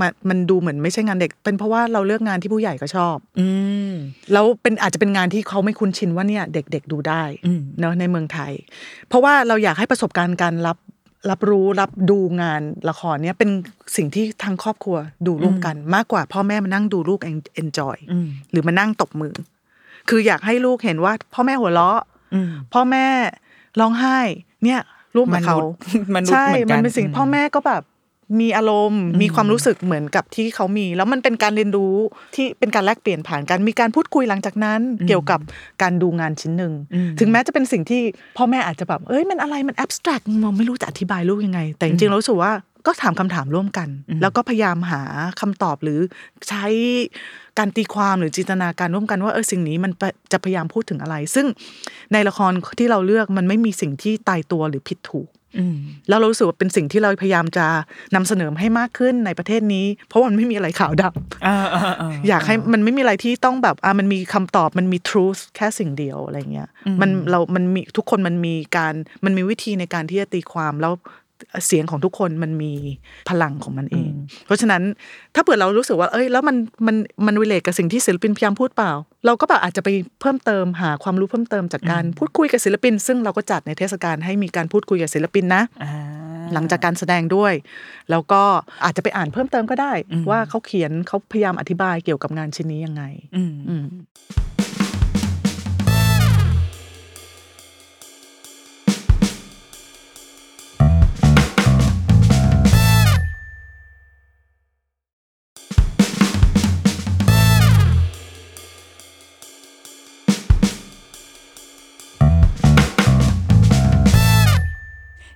S3: มันมันดูเหมือนไม่ใช่งานเด็ก เป็นเพราะว่าเราเลือกงานที่ผู้ใหญ่ก็ชอบ
S2: อืม
S3: แล้วเป็นอาจจะเป็นงานที่เขาไม่คุ้นชินว่าเนี่ยเด็ก ๆดูได้
S2: อืม
S3: เนาะในเมืองไทย เพราะว่าเราอยากให้ประสบการณ์การรับรับรู้รับดูงานละครเนี่ยเป็นสิ่งที่ทางครอบครัวดูร่วมกัน มากกว่าพ่อแม่มานั่งดูลูกเอนจอยหรือมานั่งตบมือ คืออยากให้ลูกเห็นว่าพ่อแม่หัวเราะ
S2: อืม
S3: พ่อแม่ร้องไห้ เนี่ยร่วมกับเขา
S2: มนุษย์มนุษย์
S3: ใช่
S2: เหมือนกัน
S3: มันเป็นสิ่ง
S2: อืม
S3: พ่อแม่ก็แบบมีอารมณ์ มีความรู้สึกเหมือนกับที่เขามี แล้วมันเป็นการเรียนรู้ที่เป็นการแลกเปลี่ยนผ่านกันมีการพูดคุยหลังจากนั้น เกี่ยวกับการดูงานชิ้นหนึ่งถึงแม้จะเป็นสิ่งที่พ่อแม่อาจจะแบบเอ้ยมันอะไรมันแอบสแตรกมองไม่รู้จะอธิบายลูกยังไง แต่จริงๆเรารู้สึกว่าก็ถามคำถามร่วมกัน แล้วก็พยายามหาคำตอบหรือใช้การตีความหรือจินตนาการร่วมกันว่าเออสิ่งนี้มันไปจะพยายามพูดถึงอะไร ซึ่ง ในละครที่เราเลือกมันไม่มีสิ่งที่ตายตัวหรือผิดถูก
S2: อืม
S3: แล้วเรารู้สึกว่าเป็นสิ่งที่เราพยายามจะนำเสนอให้มากขึ้นในประเทศนี้ เพราะว่ามันไม่มีอะไรขาวดำอยากให้มันไม่มีอะไรที่ต้องแบบอ่ะมันมีคำตอบมันมี truth แค่สิ่งเดียวอะไรเงี้ยมันเรา มันมีทุกคนมันมีการมันมีวิธีในการที่จะตีความแล้วเสียงของทุกคนมันมีพลังของมันเอง เพราะฉะนั้นถ้าเผื่อเรารู้สึกว่าเอ้ยแล้วมันมันมันวิเลกับสิ่งที่ศิลปินพยายามพูดเปล่า เราก็แบบอาจจะไปเพิ่มเติมหาความรู้เพิ่มเติมจากการพูดคุยกับศิลปิน ซึ่งเราก็จัดในเทศกาลให้มีการพูดคุยกับศิลปินนะ หลังจากการแสดงด้วย แล้วก็อาจจะไปอ่านเพิ่มเติมก็ได้ ว่าเขาเขียนเขาพยายามอธิบายเกี่ยวกับงานชิ้นนี้ยังไง อืม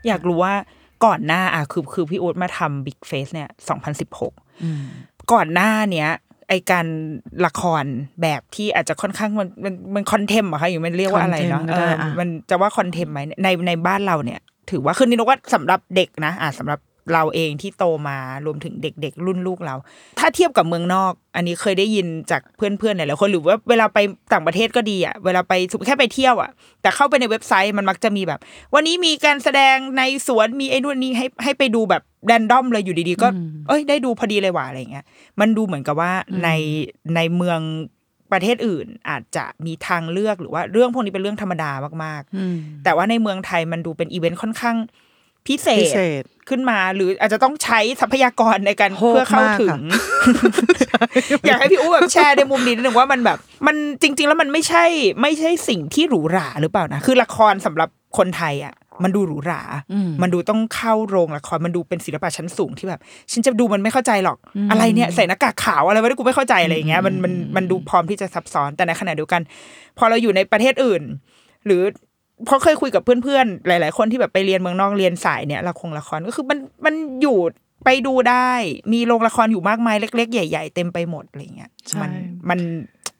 S2: อยากรู้ว่าก่อนหน้าอ่ะคือคือพี่โอ๊ตมาทำบิ๊กเฟสเนี่ยสองพันสิบหกก่อนหน้าเนี้ย ไอการละครแบบที่อาจจะค่อนข้างมันมันมันคอนเทมเหรอคะอยู่มันเรียกว่าอะไรเนาะ
S3: content ก็
S2: เอ
S3: ได้
S2: อ
S3: อ่ะ
S2: มันจะว่าคอนเทมไหมในในบ้านเราเนี่ย ถือว่าคือนี่นกว่าสำหรับเด็กนะ อ่ะสำหรับเราเองที่โตมารวมถึงเด็กๆ รุ่นลูกเรา ถ้าเทียบกับเมืองนอก อันนี้เคยได้ยินจากเพื่อนๆหลายๆคนหรือว่าเวลาไปต่างประเทศก็ดีอ่ะเวลาไปสมมุติแค่ไปเที่ยวอ่ะ แต่เข้าไปในเว็บไซต์มันมักจะมีแบบ วันนี้มีการแสดงในสวนมีไอ้นู่นนี่ให้ให้ไปดูแบบแรนดอมเลยอยู่ดีๆ ก็ เอ้ยได้ดูพอดีเลยว่ะอะไรอย่างเงี้ย มันดูเหมือนกับว่าในในเมืองประเทศอื่นอาจจะมีทางเลือกหรือว่าเรื่องพวกนี้เป็นเรื่องธรรมดามากๆ แต่ว่าในเมืองไทยมันดูเป็นอีเวนต์ค่อนข้างพิเศ
S3: พิ
S2: ษ
S3: เศษ
S2: ขึ้นมาหรืออาจจะต้องใช้ทรัพยากรในการ
S3: โหด
S2: เพื่อเข้าถึง
S3: มาก
S2: อยากให้พี่อู้แบบแชร์ในมุมนี้นิดนึงว่ามันแบบ มันจริง ๆ แล้วมันไม่ใช่ ไม่ใช่สิ่งที่หรูหราหรือเปล่านะ คือละครสำหรับคนไทยอ่ะ มันดูหรูหรา มันดูต้องเข้าโรงละคร มันดูเป็นศิลปะชั้นสูงที่แบบ ฉันจะดูมันไม่เข้าใจหรอก อะไรเนี่ยใส่หน้ากากขาวอะไรวะที่กูไม่เข้าใจอะไรอย่างเงี้ย มันมันมันดูพร้อมที่จะซับซ้อน แต่ในขณะเดียวกัน พอเราอยู่ในประเทศอื่น หรือเพราะเคยคุยกับเพื่อนๆ หลาย ๆ คนที่แบบไปเรียนเมืองนอกเรียนสายเนี่ยละครละครก็คือมันมันอยู่ไปดูได้ มีโรงละครอยู่มากมายเล็ก ๆ ใหญ่ ๆ เต็มไปหมดอะไรเงี้ย
S3: ใช่
S2: มันมัน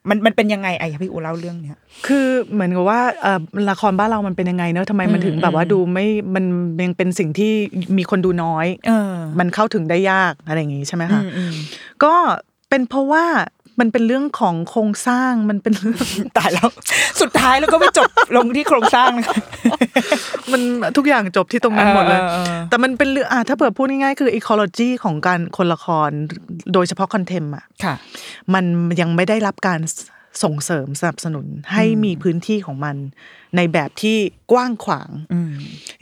S2: มันมันเป็นยังไงไอ้พี่อูเล่าเรื่องเนี้ย
S3: คือเหมือนกับว่าเอ่อละครบ้านเรามันเป็นยังไงเนอะทำไมมันถึงแบบว่าดูไม่มันยังเป็นสิ่งที่มีคนดูน้อย
S2: เออ
S3: มันเข้าถึงได้ยากอะไรอย่างงี้ใช่ไหมคะก็เป็นเพราะว่ามันเป็นเรื่องของโครงสร้างมันเป็นเรื่อง
S2: ตายแล้วสุดท้ายแล้วก็ไปจบ ลงที่โครงสร้างนะคะ
S3: มันทุกอย่างจบที่ตรงนั้นหมดเลย
S2: เออเออเออ
S3: แต่มันเป็นเรื่องอ่ะถ้าเปิดพูดง่ายๆคืออีโคโลจีของการคนละครโดยเฉพาะคอนเทมอ่ะ
S2: ค่ะ
S3: มันยังไม่ได้รับการสส่งเสริมสนับสนุนให้มีพื้นที่ของมันในแบบที่กว้างขวาง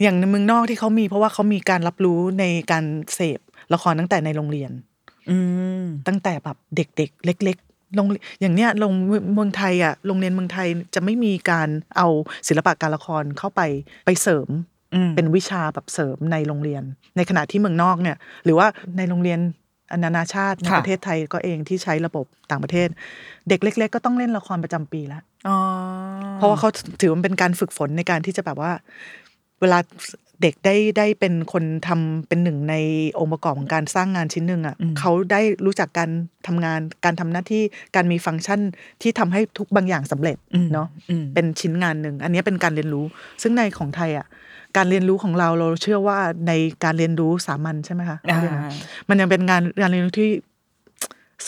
S3: อย่างในเมืองนอกที่เขามีเพราะว่าเขามีการรับรู้ในการเสพละครตั้งแต่ในโรงเรียน
S2: อืม
S3: ตั้งแต่แบบเด็กๆ เล็กๆโรงเรียนอย่างเนี้ยโรงเมืองไทยอ่ะโรงเรียนเมืองไทยจะไม่มีการเอาศิลปะการละครเข้าไปไปเสริม
S2: อืม
S3: เป็นวิชาแบบเสริมในโรงเรียน ในขณะที่เมืองนอกเนี่ย หรือว่าในโรงเรียนอนานาชาติใน
S2: ค่ะ
S3: ประเทศไทยก็เองที่ใช้ระบบต่างประเทศ เด็กเล็ก ๆ ก็ต้องเล่นละครประจำปีละ
S2: อ๋อ
S3: เพราะว่าเขาถือว่ามันเป็นการฝึกฝนในการที่จะแบบว่า เวลาเด็กได้ได้เป็นคนทำเป็นหนึ่งในองค์ประกอบของการสร้างงานชิ้นหนึ่งอ่ะเขาได้รู้จักการทำงานการทำหน้าที่การมีฟังก์ชันที่ทำให้ทุกบางอย่างสำเร็จเนาะเป็นชิ้นงานหนึ่งอันนี้เป็นการเรียนรู้ ซึ่งในของไทยอ่ะการเรียนรู้ของเราเราเชื่อว่าในการเรียนรู้สามัญใช่ไหมคะ
S2: อ่า
S3: มันยังเป็นงานการเรียนรู้ที่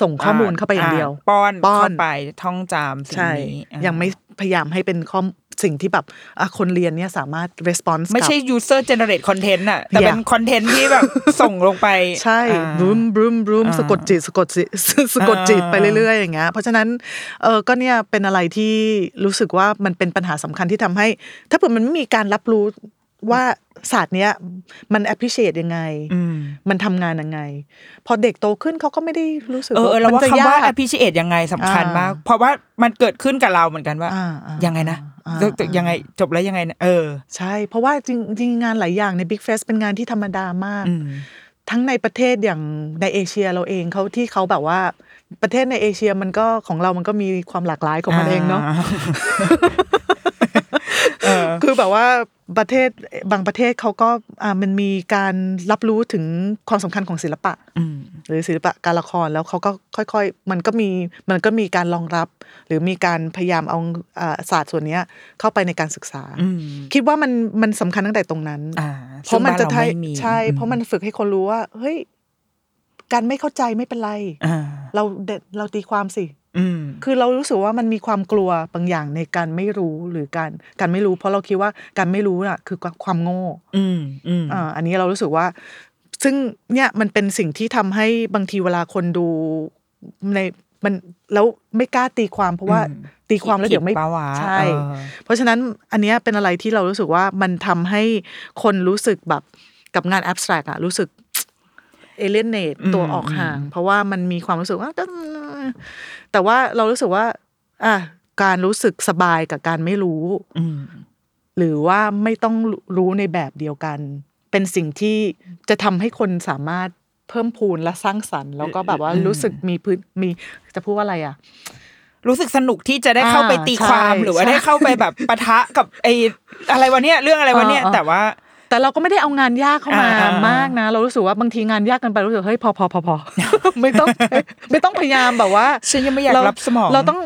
S3: ส่งข้อมูลเข้าไปอย่างเดียว
S2: ป้อน
S3: ป้อน
S2: เข้าไปท่องจำสิ่ง
S3: ใช่
S2: นี้อ่ะ
S3: ยังไม่พยายามให้เป็นข้อมสิ่งที่แบบอ่ะคนเรียนเนี่ยสามารถ response
S2: ไม่ใช่
S3: กับ
S2: user generate content อะแต่
S3: อย่า
S2: เป็นคอนเทนต์ ที่แบบ ส่งลงไป
S3: ใช่
S2: อ่า
S3: บลูมบลูมบลูม
S2: อ่า
S3: สะกดจิตสะกดจิต สะกดจิตไปเรื่อยๆอย่างเงี้ยเพราะฉะนั้นเออก็เนี่ยเป็นอะไรที่รู้สึกว่ามันเป็นปัญหาสำคัญที่ทำให้ ถ้าเผื่อมันไม่มีการรับรู้ว่าศาสตร์เนี้ยมัน appreciate ยังไง
S2: อืม
S3: มันทำงานยังไง พอเด็กโตขึ้นเขาก็ไม่ได้รู้สึก
S2: เออเออเรา
S3: น
S2: ว่า
S3: จะ
S2: คำว่า
S3: ยก
S2: appreciate ยังไงสำคัญ
S3: อ่าม
S2: มาก เพราะว่ามันเกิดขึ้นกับเราเหมือนกันว่า
S3: อ่าอ่ายั
S2: ยังไงนะ
S3: อ่า
S2: แล้วแต่ยังไงจบแล้วยังไงนะเออ
S3: ใช่ เพราะว่าจริงจริงงานหลายอย่างใน Big f e s เป็นงานที่ธรรมดามาก ทั้งในประเทศอย่างในเอเชียเราเองเขาที่เขาแบบว่าประเทศในเอเชียมันก็ของเรามันก็มีความหลากหลายของมันเองเนาะคือแบบว่าประเทศบางประเทศเขาก็อ่ามันมีการรับรู้ถึงความสำคัญของศิลปะ หรือศิลปะการละครแล้วเขาก็ค่อยๆ มันก็มีมันก็มีการรองรับ หรือมีการพยายามเอาอ่าศาสตร์ส่วนเนี้ยเข้าไปในการศึกษา คิดว่ามันมันสำคัญตั้งแต่ตรงนั้น
S2: อ่า
S3: เพราะมันจะ
S2: ซึ่งบ้าเรา
S3: ทำ
S2: ไม่มี
S3: ใช่ เพราะมันฝึกให้คนรู้ว่า เฮ้ย การไม่เข้าใจไม่เป็นไร
S2: อ่า
S3: เราเด็ดเราตีความสิ
S2: อืม
S3: คือเรารู้สึกว่ามันมีความกลัวบางอย่างในการไม่รู้หรือการการไม่รู้ เพราะเราคิดว่าการไม่รู้น่ะ คือความโง่
S2: อืมอืม
S3: อ่าอันนี้เรารู้สึกว่า ซึ่งเนี่ยมันเป็นสิ่งที่ทำให้บางทีเวลาคนดูในมันแล้วไม่กล้าตีความ เพราะว่าตีความแล้วเดี๋ยวไม่
S2: ผิปะวะ
S3: ใช่
S2: เออ
S3: เพราะฉะนั้นอันเนี้ยเป็นอะไรที่เรารู้สึกว่ามันทำให้คนรู้สึกแบบกับงานแอบสแตรกอะรู้สึก เอเลนเนตตัวออกห่าง เพราะว่ามันมีความรู้สึกว่า แต่ว่าเรารู้สึกว่า อ่ะการรู้สึกสบายกับการไม่รู้ หรือว่าไม่ต้องรู้ในแบบเดียวกัน เป็นสิ่งที่จะทำให้คนสามารถเพิ่มพูนและสร้างสรรค์ แล้วก็แบบว่ารู้สึกมีพื้นมีจะพูดว่าอะไรอ่ะ
S2: รู้สึกสนุกที่จะได้เข้าไป
S3: อ่า
S2: ตีความ
S3: ใช่
S2: หรือว่า
S3: ใช่
S2: ได้เข้าไปแบบปะทะกับไอ้อะไรวะเนี่ยเรื่องอะไรวะเนี่ย
S3: อ่าอ่า
S2: แต่ว่า
S3: แต่เราก็ไม่ได้เอางานยากเข้ามา
S2: อ่าอ่าอ่าม
S3: มากนะ เรารู้สึกว่าบางทีงานยากกันไปรู้สึกเฮ้ยพอพอพอพอ ไม่ต้องไม่ต้องพยายามแบบว่า
S2: ฉันยังไม่อยาก
S3: เ
S2: รับสมอง
S3: เราต้อง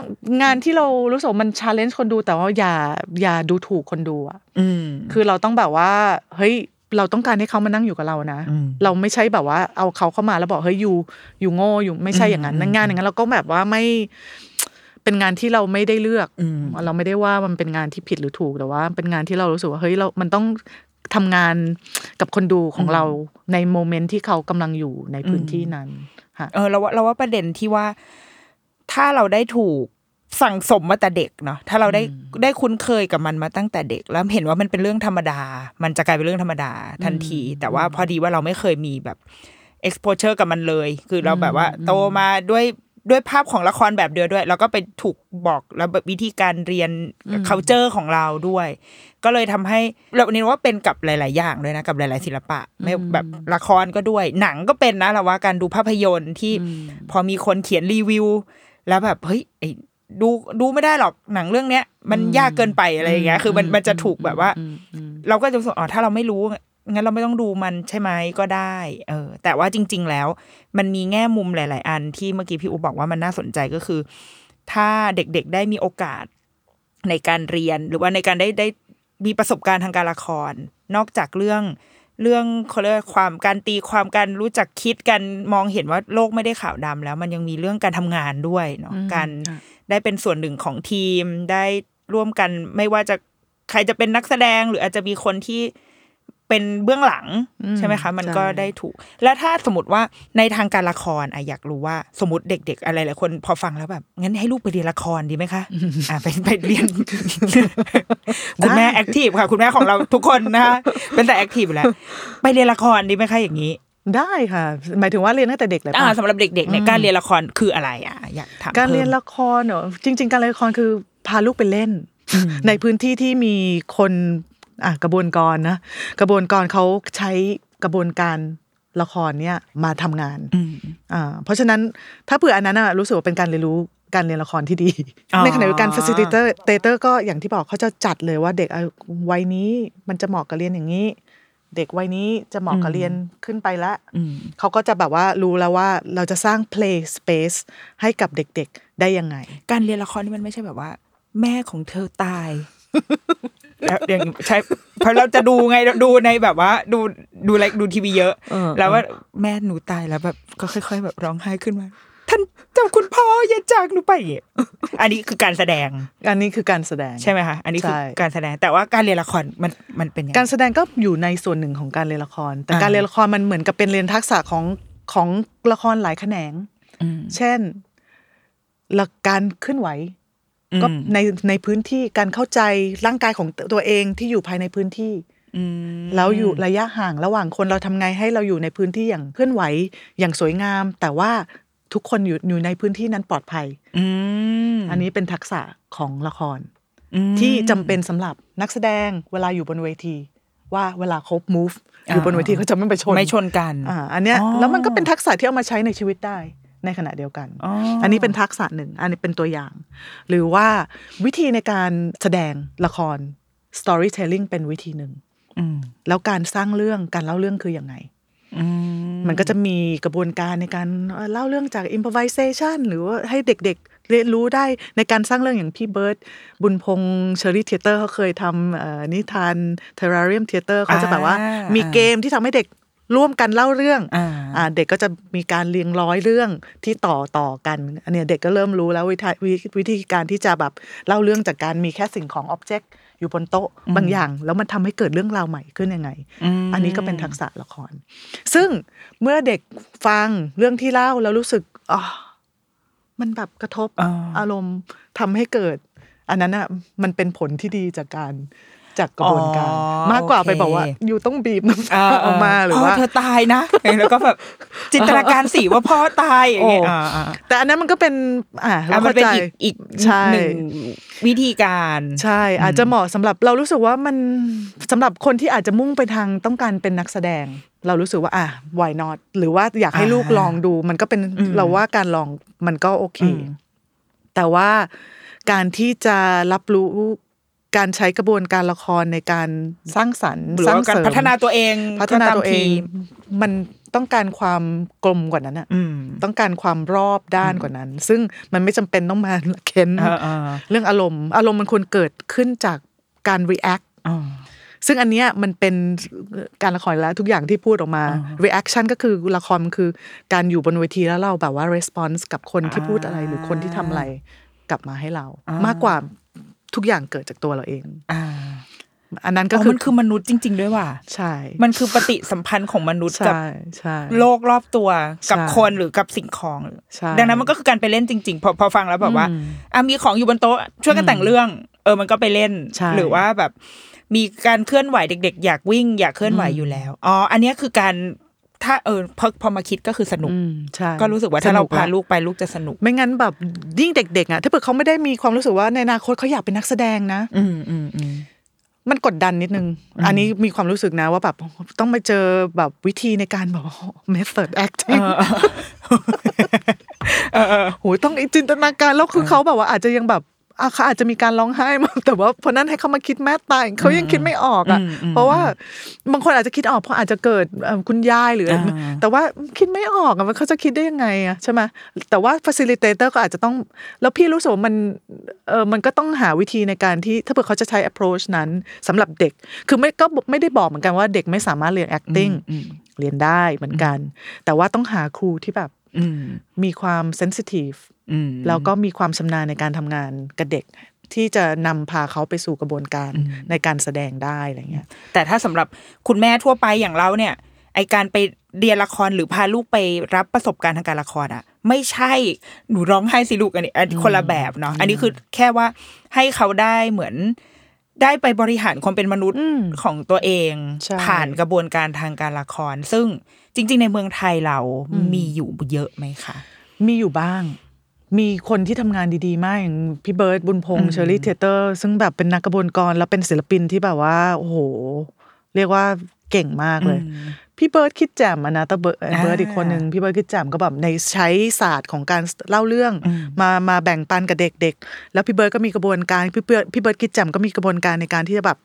S3: งานที่เรารู้สึกว่ามันชาเลนจ์คนดูแต่ว่าอย่าอย่าดูถูกคนดูอ่ะ
S2: อืม
S3: คือเราต้องแบบว่าเฮ้ยเราต้องการให้เขามานั่งอยู่กับเรานะ เราไม่ใช่แบบว่าเอาเขาเข้ามาแล้วบอกเฮ้ยอยู่อยู่โง่อยู่ไม่ใช่อย่างนั้นงานอย่างนั้นเราก็แบบว่าไม่เป็นงานที่เราไม่ได้เลือกเราไม่ได้ว่ามันเป็นงานที่ผิดหรือถูกแต่ว่า เป็นงานที่เรารู้สึกว่าเฮ้ยเรา มันต้องทำงานกับคนดูของเราในโมเมนต์ที่เขากำลังอยู่ในพื้นที่นั้นค่ะ
S2: เออเราว่าเราว่าประเด็นที่ว่าถ้าเราได้ถูกสั่งสมมาแต่เด็กเนาะถ้าเราได้ได้คุ้นเคยกับมันมาตั้งแต่เด็ก แล้วเห็นว่ามันเป็นเรื่องธรรมดา มันจะกลายเป็นเรื่องธรรมดาทันที แต่ว่าพอดีว่าเราไม่เคยมีแบบ exposure กับมันเลย คือเราแบบว่า โตมาด้วย ด้วยภาพของละครแบบเดียวด้วย แล้วก็ไปถูกบอกระเบบวิธีการเรียน c u เจอร์ของเราด้วย ก็เลยทำให้เรานี่ว่าเป็นกับหลาย ๆ อย่างด้วยนะกับหลาย ๆ ศิลปะ ไม่แบบละครก็ด้วย หนังก็เป็นนะเราว่าการดูภาพยนตร์ที่พอมีคนเขียนรีวิว แล้วแบบเฮ้ยไอ้ดูดูไม่ได้หรอกหนังเรื่องเนี้ย มันยากเกินไปอะไรอย่างเงี้ย คือมันมันจะถูกแบบว่า เราก็จะรู้สึกอ๋อถ้าเราไม่รู้งั้นเราไม่ต้องดูมันใช่ไหมก็ได้ เออ แต่ว่าจริง ๆ แล้ว มันมีแง่มุมหลาย ๆ อันที่เมื่อกี้พี่อูบอกว่ามันน่าสนใจก็คือ ถ้าเด็กๆได้มีโอกาสในการเรียนหรือว่าในการได้ได้มีประสบการณ์ทางการละคร นอกจากเรื่องเรื่องเขาเรียกว่าความการตีความการรู้จักคิดกันมองเห็นว่าโลกไม่ได้ขาวดำแล้ว มันยังมีเรื่องการทำงานด้วยเนาะการ
S3: ค่ะ
S2: ได้เป็นส่วนหนึ่งของทีมได้ร่วมกันไม่ว่าจะใครจะเป็นนักแสดงหรืออาจจะมีคนที่เป็นเบื้องหลังใช่ไหมคะ มันก็
S3: ใช่
S2: ได้ถูก แล้วถ้าสมมติว่าในทางการละครอะอยากรู้ว่าสมมติเด็ก ๆ อะไรหลายคนพอฟังแล้วแบบ งั้นให้ลูกไปเรียนละครดีไหมคะอ่าไปไปเรียน คุณแม่แอคทีฟค่ะ คุณแม่ของเราทุกคนนะคะเป็นแต่แอคทีฟอยู่แล้วไปเรียนละครดีไหมคะอย่างนี้
S3: ได้ค่ะ หมายถึงว่าเรียนตั้งแต่เด็กเลย
S2: อ่า
S3: ปะ
S2: สำหรับเด็กๆเนี่ยการเรียนละครคืออะไรอ่ะอยากถาม
S3: การเรียน
S2: พิ่ม
S3: ละครเนอะจริง ๆ การเรียนละครคือพาลูกไปเล่น ในพื้นที่ที่มีคนอ่ะกระบวนกรนะกระบวนกรเขาใช้กระบวนการละครเนี่ยมาทำงานอ่าเพราะฉะนั้นถ้าเผื่ออันนั้นอะรู้สึกว่าเป็นการเรียนรู้การเรียนละครที่ดี
S2: อ๋อ
S3: ในขณะเดียวกัน facilitator tator ก็อย่างที่บอกเขาจะจัดเลยว่าเด็กอายุวัยนี้มันจะเหมาะกับเรียนอย่างนี้ เด็กวัยนี้จะเหมาะกับเรียนขึ้นไปละ เขาก็จะแบบว่ารู้แล้วว่าเราจะสร้าง play space ให้กับเด็กๆ ได้ยังไง
S2: การเรียนละครนี่มันไม่ใช่แบบว่า แม่ของเธอตาย แล้วอย่างใช่เพราะเราจะดูไงดูในแบบว่า ดูดูไลค์ดูทีวีเยอะ
S3: เออ
S2: แล้วว่าแม่หนูตายแล้วแบบ ก็ค่อย ๆ แบบร้องไห้ขึ้นมา ท่านเจ้าคุณพ่ออย่าจากหนูไปอย่างเงี้ยอันนี้คือการแสดง
S3: อันนี้คือการแสดง
S2: ใช่ไหมคะอันนี้คือ
S3: ใช่
S2: การแสดงแต่ว่าการเรียนละครมันมันเป็นยังไง
S3: การแสดงก็อยู่ในส่วนหนึ่งของการเรียนละคร แต่
S2: อ่า
S3: การเรียนละครมันเหมือนกับเป็นเรียนทักษะของของละครหลายแขนง
S2: อืม
S3: เช่นหลักการเคลื่อนไหว
S2: อืม
S3: ก็ในในพื้นที่การเข้าใจร่างกายของตัวเองที่อยู่ภายในพื้นที่
S2: อืม
S3: แล้วอยู่ระยะห่างระหว่างคนเราทำไงให้เราอยู่ในพื้นที่อย่างเคลื่อนไหวอย่างสวยงาม แต่ว่าทุกคนอยู่อยู่ในพื้นที่นั้นปลอดภัย
S2: อืม
S3: อันนี้เป็นทักษะของละคร
S2: อืม
S3: ที่จำเป็นสำหรับนักแสดงเวลาอยู่บนเวที ว่าเวลาเขา move
S2: อ่า
S3: อยู่บนเวทีเขาจะไม่ไปชน
S2: ไม่ชนกัน
S3: อ่าอันเนี้ย
S2: อ๋อ
S3: แล้วมันก็เป็นทักษะที่เอามาใช้ในชีวิตได้ในขณะเดียวกัน อันนี้เป็นทักษะหนึ่ง อันนี้เป็นตัวอย่าง หรือว่าวิธีในการแสดงละคร storytelling เป็นวิธีหนึ่ง
S2: อืม
S3: แล้วการสร้างเรื่องการเล่าเรื่องคืออยังไง
S2: อืม
S3: มันก็จะมีกระบวนการในการเอ่อเล่าเรื่องจาก improvisation หรือว่าให้เด็กๆ เรียนรู้ได้ในการสร้างเรื่องอย่างพี่เบิร์ตบุญพงษ์เชอรี่เทเตอร์เขาเคยทำเอ่อนิทาน Terrarium Theater เขาจะแบบว่า
S2: อ่ามี
S3: มีเกมที่ทำให้เด็กร่วมกันเล่าเรื่อง
S2: อ่า
S3: อ่าเด็กก็จะมีการเรียงร้อยเรื่องที่ต่อต่อกันอันเนี้ยเด็กก็เริ่มรู้แล้ววิธีวิวิธีการที่จะแบบเล่าเรื่องจากการมีแค่สิ่งของ object อยู่บนโต๊ะบางอย่าง แล้วมันทำให้เกิดเรื่องราวใหม่ขึ้นยังไง อันนี้ก็เป็นทักษะละคร ซึ่งเมื่อเด็กฟังเรื่องที่เล่าแล้วรู้สึกอ๋อมันแบบกระทบ
S2: อ่า
S3: อารมณ์ทำให้เกิด อันนั้นอ่ะมันเป็นผลที่ดีจากการจากกระบวนการ
S2: อ๋อ
S3: มากกว่าไป
S2: โอเค
S3: บอกว่า อยู่ต้องบีบน้ำ
S2: เ
S3: ตาออกมาหรือว่า
S2: เธอตายนะ แล้วก็แบบจินตนาการสิว่าพ่อตายอย่างเงี้ย
S3: โอ้
S2: อ่าอ่า
S3: แต่อันนั้นมันก็เป็น อ่า
S2: อ่ะ
S3: เรา
S2: มัน
S3: เข้า
S2: เป็น
S3: ใจ
S2: อีกอีก
S3: ใช่
S2: หนึ่งวิธีการ
S3: ใช่ อาจจะเหมาะสำหรับเรารู้สึกว่ามันสำหรับคนที่อาจจะมุ่งไปทางต้องการเป็นนักแสดง เรารู้สึกว่าอ่ะ why not หรือว่าอยากให้ลูก
S2: อ่า
S3: ลองดู มันก็เป็น
S2: อืม
S3: เราว่าการลองมันก็โอเค
S2: อืม
S3: แต่ว่าการที่จะรับรู้การใช้กระบวนการละครในการสร้างสรรค์
S2: หรือ
S3: สร้าง
S2: ว่าการ
S3: เสริม
S2: พัฒนาตัวเอง
S3: พัฒนา
S2: ก็ม
S3: ตัวเอง
S2: ทีม
S3: มันต้องการความกลมกว่านั้นอะ
S2: อืม
S3: ต้องการความรอบด้านกว่านั้น ซึ่งมันไม่จำเป็นต้องมา เค้น
S2: เออเออ
S3: เรื่องอารมณ์อารมณ์มันควรเกิดขึ้นจากการ react
S2: อ๋อ
S3: ซึ่งอันเนี้ยมันเป็นการละครแล้วทุกอย่างที่พูดออกมา reaction ก็คือละครมันคือการอยู่บนเวทีแล้วเราแบบว่า response กับคนที่พูดอะไร หรือคนที่ทำอะไรกลับมาให้เรา
S2: อ่าม
S3: มากกว่าทุกอย่างเกิดจากตัวเราเอง
S2: อ่า
S3: อันนั้น
S2: ก็
S3: ก็
S2: คื
S3: คือ
S2: มันคือมนุษย์จริง ๆ ด้วยว่ะ
S3: ใช่
S2: มันคือปฏิสัมพันธ์ของมนุษย์กับ
S3: ใช่ใช่
S2: โลกรอบตัวกับ
S3: ใช่
S2: คนหรือกับสิ่งของ
S3: ใช่
S2: ดังนั้นมันก็คือการไปเล่นจริง ๆ พอพอฟังแล้วแบบว่า อ่ะมีของอยู่บนโต๊ะช่วยกันแต่งเรื่อง เออมันก็ไปเล่น
S3: ใช่
S2: หรือว่าแบบ มีการเคลื่อนไหวเด็ก ๆ อยากวิ่ง อยากเคลื่อนไหวอยู่แล้วอ๋ออันเนี้ยคือการ ถ้าเออพอพอมาคิดก็คือสนุก
S3: อืมใช่
S2: ก็รู้สึกว่าถ้าเราพา
S3: สนุกละ
S2: ลูกไปลูกจะสนุก
S3: ไม่งั้นแบบยิ่งเด็กๆอ่ะถ้าเผื่อเขาไม่ได้มีความรู้สึกว่าในอนาคตเขาอยากเป็นนักแสดงนะ
S2: อืมอืมอืม
S3: มันกดดันนิดนึง อันนี้มีความรู้สึกนะว่าแบบต้องมาเจอแบบวิธีในการแบบ method acting โหต้องจินตนาการแล้วคือเขาแบบว่าอาจจะยังแบบอ่ะเขาอาจจะมีการร้องไห้ มาแต่ว่าเพราะนั้นให้เขามาคิดแม่ตายเขายังคิดไม่ออกอ่ะ
S2: อืมอืม
S3: เพราะว่าบางคนอาจจะคิดออกเพราะอาจจะเกิดเอ่อคุณยายหรืออะไร
S2: อ่า
S3: แต่ว่าคิดไม่ออกอ่ะว่าเขาจะคิดได้ยังไงอ่ะใช่ไหมแต่ว่า facilitator ก็อาจจะต้อง แล้วพี่รู้สึกว่ามันเออมันก็ต้องหาวิธีในการที่ถ้าเผื่อเขาจะใช้ approach นั้นสำหรับเด็ก คือไม่ก็ไม่ได้บอกเหมือนกันว่าเด็กไม่สามารถเรียน acting เรียนได้เหมือนกัน แต่ว่าต้องหาครูที่แบบ
S2: อืม
S3: มีความ sensitive
S2: อืม
S3: แล้วก็มีความชำนาญในการทำงานกับเด็ก ที่จะนำพาเขาไปสู่กระบวนการในการแสดงได้อะไรเงี้ย
S2: แต่ถ้าสำหรับคุณแม่ทั่วไปอย่างเราเนี่ย ไอการไปเรียนละครหรือพาลูกไปรับประสบการณ์ทางการละครอะไม่ใช่หนูร้องไห้สิลูกอันนี้อันนี้คนละแบบเนาะอันนี้คือแค่ว่าให้เขาได้เหมือนได้ไปบริหารความเป็นมนุษย์ของตัวเอง
S3: ใช่
S2: ผ่านกระบวนการทางการละคร ซึ่งจริง ๆ ในเมืองไทยเรามีอยู่เยอะไหมคะ
S3: มีอยู่บ้าง มีคนที่ทำงานดีๆ มากอย่างพี่เบิร์ดบุญพงษ์เชอรี่เทเตอร์ ซึ่งแบบเป็นนักกระบวนกรแล้วเป็นศิลปินที่แบบว่า โอ้โห เรียกว่าเก่งมากเลย พี่เบิร์ดคิดแจ่มอะนะแตเบิร์ดเอ่อเบิร์ดอีกคนหนึ่งพี่เบิร์ดคิดแจ่มก็แบบในใช้ศาสตร์ของการเล่าเรื่องมามาแบ่งปันกับเด็กๆ แล้วพี่เบิร์ดก็มีกระบวนการพี่เบิร์ดพี่เบิร์ดคิดแจ่มก็มีกระบวนการในการที่จะแบบ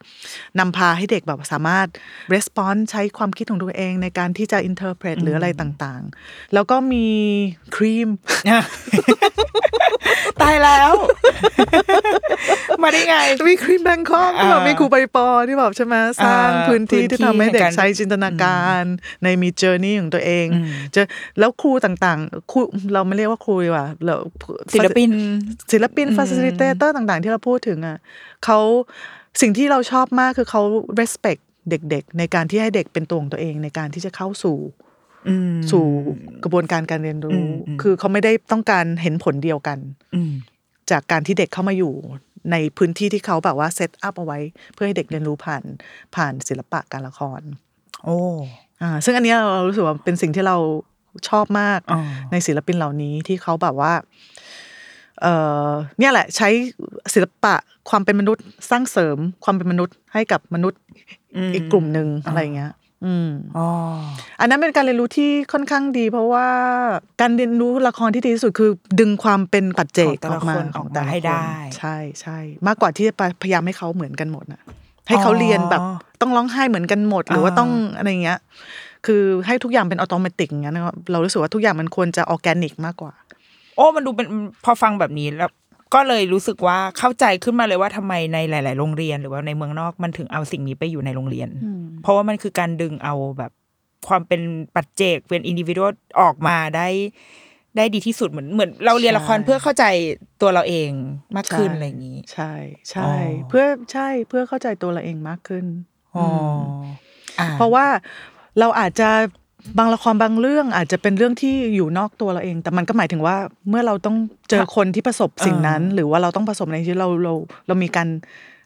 S3: นำพาให้เด็กแบบสามารถ response ใช้ความคิดของตัวเองในการที่จะ interpret หรืออะไรต่างๆ แล้วก็มีครีม
S2: ตายแล้ว มาได้ไง
S3: มีครีมแบงคอกก็แบบ
S2: อ่ามี
S3: มีครูใบปอที่แบบใช่ไหมสร้าง
S2: อ่า
S3: พื้นที่
S2: พื้นที่
S3: ที่ทำให้เด็
S2: ใน
S3: ก
S2: การ
S3: ใช้จินตนาการในมีเจอร์นี่ของตัวเองเจะแล้วครูต่างๆครูเราไม่เรียกว่าครูดีกว่าเรา
S2: ศิลปิน
S3: ศิลปินฟาซิลิเตเตอร์ต่างๆ ที่เราพูดถึงอ่ะเขาสิ่งที่เราชอบมากคือเขา respect เด็กๆ ในการที่ให้เด็กเป็นตัวของตัวเองในการที่จะเข้าสู่
S2: อืม
S3: สู่กระบวนการการเรียน
S2: อื
S3: รู้
S2: มอืม
S3: คือเขาไม่ได้ต้องการเห็นผลเดียวกัน
S2: อืม
S3: จากการที่เด็กเข้ามาอยู่ในพื้นที่ที่เขาแบบว่าเซตอัพเอาไว้ เพื่อให้เด็กเรียนรู้ผ่านผ่านศิลปะการละคร
S2: โอ้
S3: อ่าซึ่งอันเนี้ยเรารู้สึกว่าเป็นสิ่งที่เราชอบมาก
S2: อ๋อ
S3: ในศิลปินเหล่านี้ที่เขาแบบว่าเอ่อเนี่ยแหละใช้ศิลปะความเป็นมนุษย์สร้างเสริมความเป็นมนุษย์ให้กับมนุษย์อีกกลุ่มหนึ่งอะไรอย่างเงี้ย อืม
S2: อ๋อ
S3: อันนั้นเป็นการเรียนรู้ที่ค่อนข้างดี เพราะว่าการเรียนรู้ละครที่ดีที่สุดคือ ดึงความเป็นปัจเจ
S2: ขอ
S3: ก
S2: งแต่
S3: อ
S2: ละ
S3: อกมา
S2: คน
S3: ข
S2: ออ
S3: อ
S2: ง ก
S3: แต่
S2: มา
S3: ละ
S2: ให้
S3: ค
S2: ได้
S3: นใช่ใช่มากกว่าที่จะไปพยายามให้เขาเหมือนกันหมดนะให้เขาเรียนแบบ
S2: อ๋อ
S3: ต้องร้องไห้เหมือนกันหมด หรือว่า
S2: อ่า
S3: ต้องอะไรเงี้ย คือให้ทุกอย่างเป็นอัตโนมัติอย่างเงี้ยนะครับเรารู้สึกว่าทุกอย่างมันควรจะออร์แกนิกมากกว่า
S2: โอ้มันดูเป็นพอฟังแบบนี้แล้ว ก็เลยรู้สึกว่าเข้าใจขึ้นมาเลยว่าทำไมในหลาย ๆ โรงเรียนหรือว่าในเมืองนอกมันถึงเอาสิ่งนี้ไปอยู่ในโรงเรียน เพราะว่ามันคือการดึงเอาแบบความเป็นปัจเจกเป็นอินดิวิ a l ออกมาได้ได้ดีที่สุดเหมือนเหมือนเราเรียนละคร
S3: ใช่
S2: เพื่อเข้าใจตัวเราเองมากขึ้นอะไรอย่างนี้
S3: ใช่ใช่
S2: อ๋อ
S3: เพื่อใช่เพื่อเข้าใจตัวเราเองมากขึ้น
S2: อ๋ออ่
S3: เพราะว่าเราอาจจะบางละครบางเรื่องอาจจะเป็นเรื่องที่อยู่นอกตัวเราเอง แต่มันก็หมายถึงว่าเมื่อเราต้องเจอคนที่ประสบสิ่งนั้น หรือว่าเราต้องประสบในชีวิตเราเราเรามีการ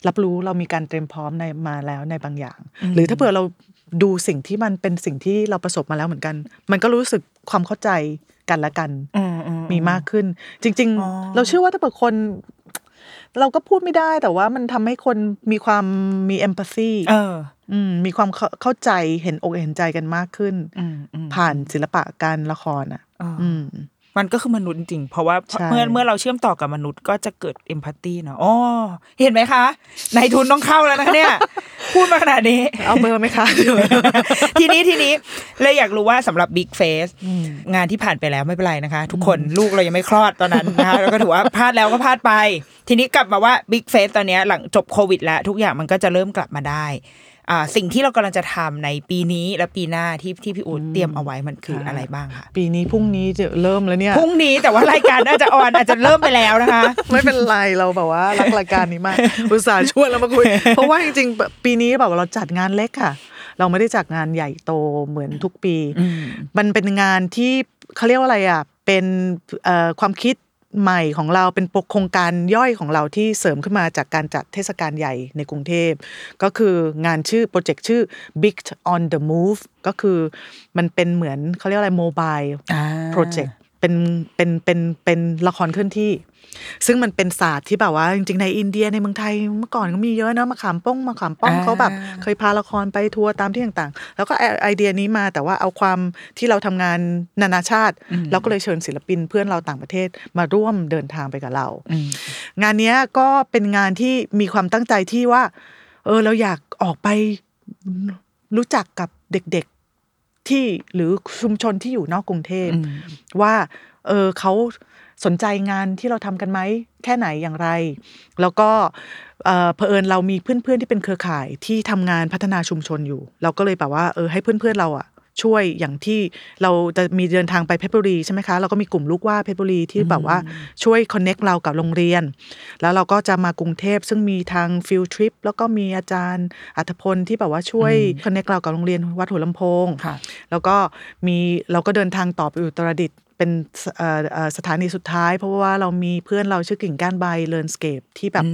S3: รับรู้เรามีการเตรียมพร้อมในมาแล้วในบางอย่าง หรือถ้าเผื่อเราดูสิ่งที่มันเป็นสิ่งที่เราประสบมาแล้วเหมือนกัน มันก็รู้สึกความเข้าใจกันและกัน
S2: อืมอื
S3: มีมากขึ้น จริง ๆ เราเชื่อว่าถ้าเกิดคน เราก็พูดไม่ได้แต่ว่ามันทำให้คนมีความมีเอมพัซซี
S2: เออ
S3: อืมมีความเข้าเข้าใจเห็นอกเห็นใจกันมากขึ้น
S2: อืมอืม
S3: ผ่านศิลปะการละครอ่ะ
S2: อ่า
S3: อืม
S2: มันก็คือมนุษย์จริงๆ เพราะว่า
S3: ใช่
S2: เมื่อเมื่อเราเชื่อมต่อกับมนุษย์ก็จะเกิดเอมพัตตีเนาะอ๋อเห็นไหมคะนายทุนต้องเข้าแล้วนะคะเนี่ย พูดมาขนาดนี้
S3: เอาเบอร์ไหมคะ
S2: ทีนี้ทีนี้เลยอยากรู้ว่าสำหรับ Big Face งานที่ผ่านไปแล้วไม่เป็นไรนะคะ ทุกคนลูกเรายังไม่คลอดตอนนั้นนะคะเราก็ถือว่าพลาดแล้วก็พลาดไป ทีนี้กลับมาว่า Big Face ตอนเนี้ยหลังจบโควิด แล้วทุกอย่างมันก็จะเริ่มกลับมาได้อ่าสิ่งที่เรากำลังจะทำในปีนี้และปีหน้าที่ที่พี่อูดเตรียมเอาไว้มันคืออะไรบ้างคะ
S3: ปีนี้พรุ่งนี้จะเริ่มแล้วเนี่ย
S2: พรุ่งนี้แต่ว่ารายการน่าจะออนอาจจะเริ่มไปแล้วนะคะ
S3: ไม่เป็นไรเราแบบว่ารักรายการ นี้มาก อุตส่าห์ชวนเรามา คุย เพราะว่าจริงๆแบบปีนี้แบบเราจัดงานเล็กค่ะ เราไม่ได้จัดงานใหญ่โตเหมือนทุกปี มันเป็นงานที่เขาเรียกว่าอะไรอ่ะ เป็นเอ่อความคิด ใหม่ของเราเป็นโครงการย่อยของเราที่เสริมขึ้นมาจากการจัดเทศกาลใหญ่ในกรุงเทพ ก็คืองานชื่อโปรเจกต์ชื่อ Big on the Move ก็คือมันเป็นเหมือนเขาเรียกอะไรโมบาย โปรเจกต์เป็นเป็นเป็นเป็นละครเคลื่อนที่ ซึ่งมันเป็นศาสตร์ที่แบบว่า จริงๆในอินเดียในเมืองไทยเมื่อก่อนก็มีเยอะนะมาขามป้องมาขามป้อง
S2: อ่า
S3: เขาแบบเคยพาละครไปทัวร์ตามที่ต่างๆ แล้วก็ไอไอเดียนี้มาแต่ว่าเอาความที่เราทำงานนานาชาติ เราก็เลยเชิญศิลปินเพื่อนเราต่างประเทศมาร่วมเดินทางไปกับเรา งานเนี้ยก็เป็นงานที่มีความตั้งใจที่ว่า เออเราอยากออกไปรู้จักกับเด็กๆที่หรือชุมชนที่อยู่นอกกรุงเทพ ว่าเออเขาสนใจงานที่เราทำกันไหม แค่ไหนอย่างไร แล้วก็เอ่อเผอิญเรามีเพื่อนๆที่เป็นเครือข่ายที่ทำงานพัฒนาชุมชนอยู่ เราก็เลยแบบว่าเออให้เพื่อนๆเราอะช่วยอย่างที่เราจะมีเดินทางไปเพชรบุรีใช่ไหมคะเราก็มีกลุ่มลูกว่าเพชรบุรีที่แบบว่าช่วยคอนเน็กเรากับโรงเรียน แล้วเราก็จะมากรุงเทพซึ่งมีทางฟิลทริปแล้วก็มีอาจารย์อัธพลที่แบบว่าช่วยคอนเน็กเรากับโรงเรียนวัดหัวลำโพง
S2: ค่ะ
S3: แล้วก็มีเราก็เดินทางต่อไปอุตรดิตถ์เป็นสเอ่อเอ่อสถานีสุดท้าย เพราะว่าเรามีเพื่อนเราชื่อกิ่งก้านใบเลิร์นสเคปที่แบบ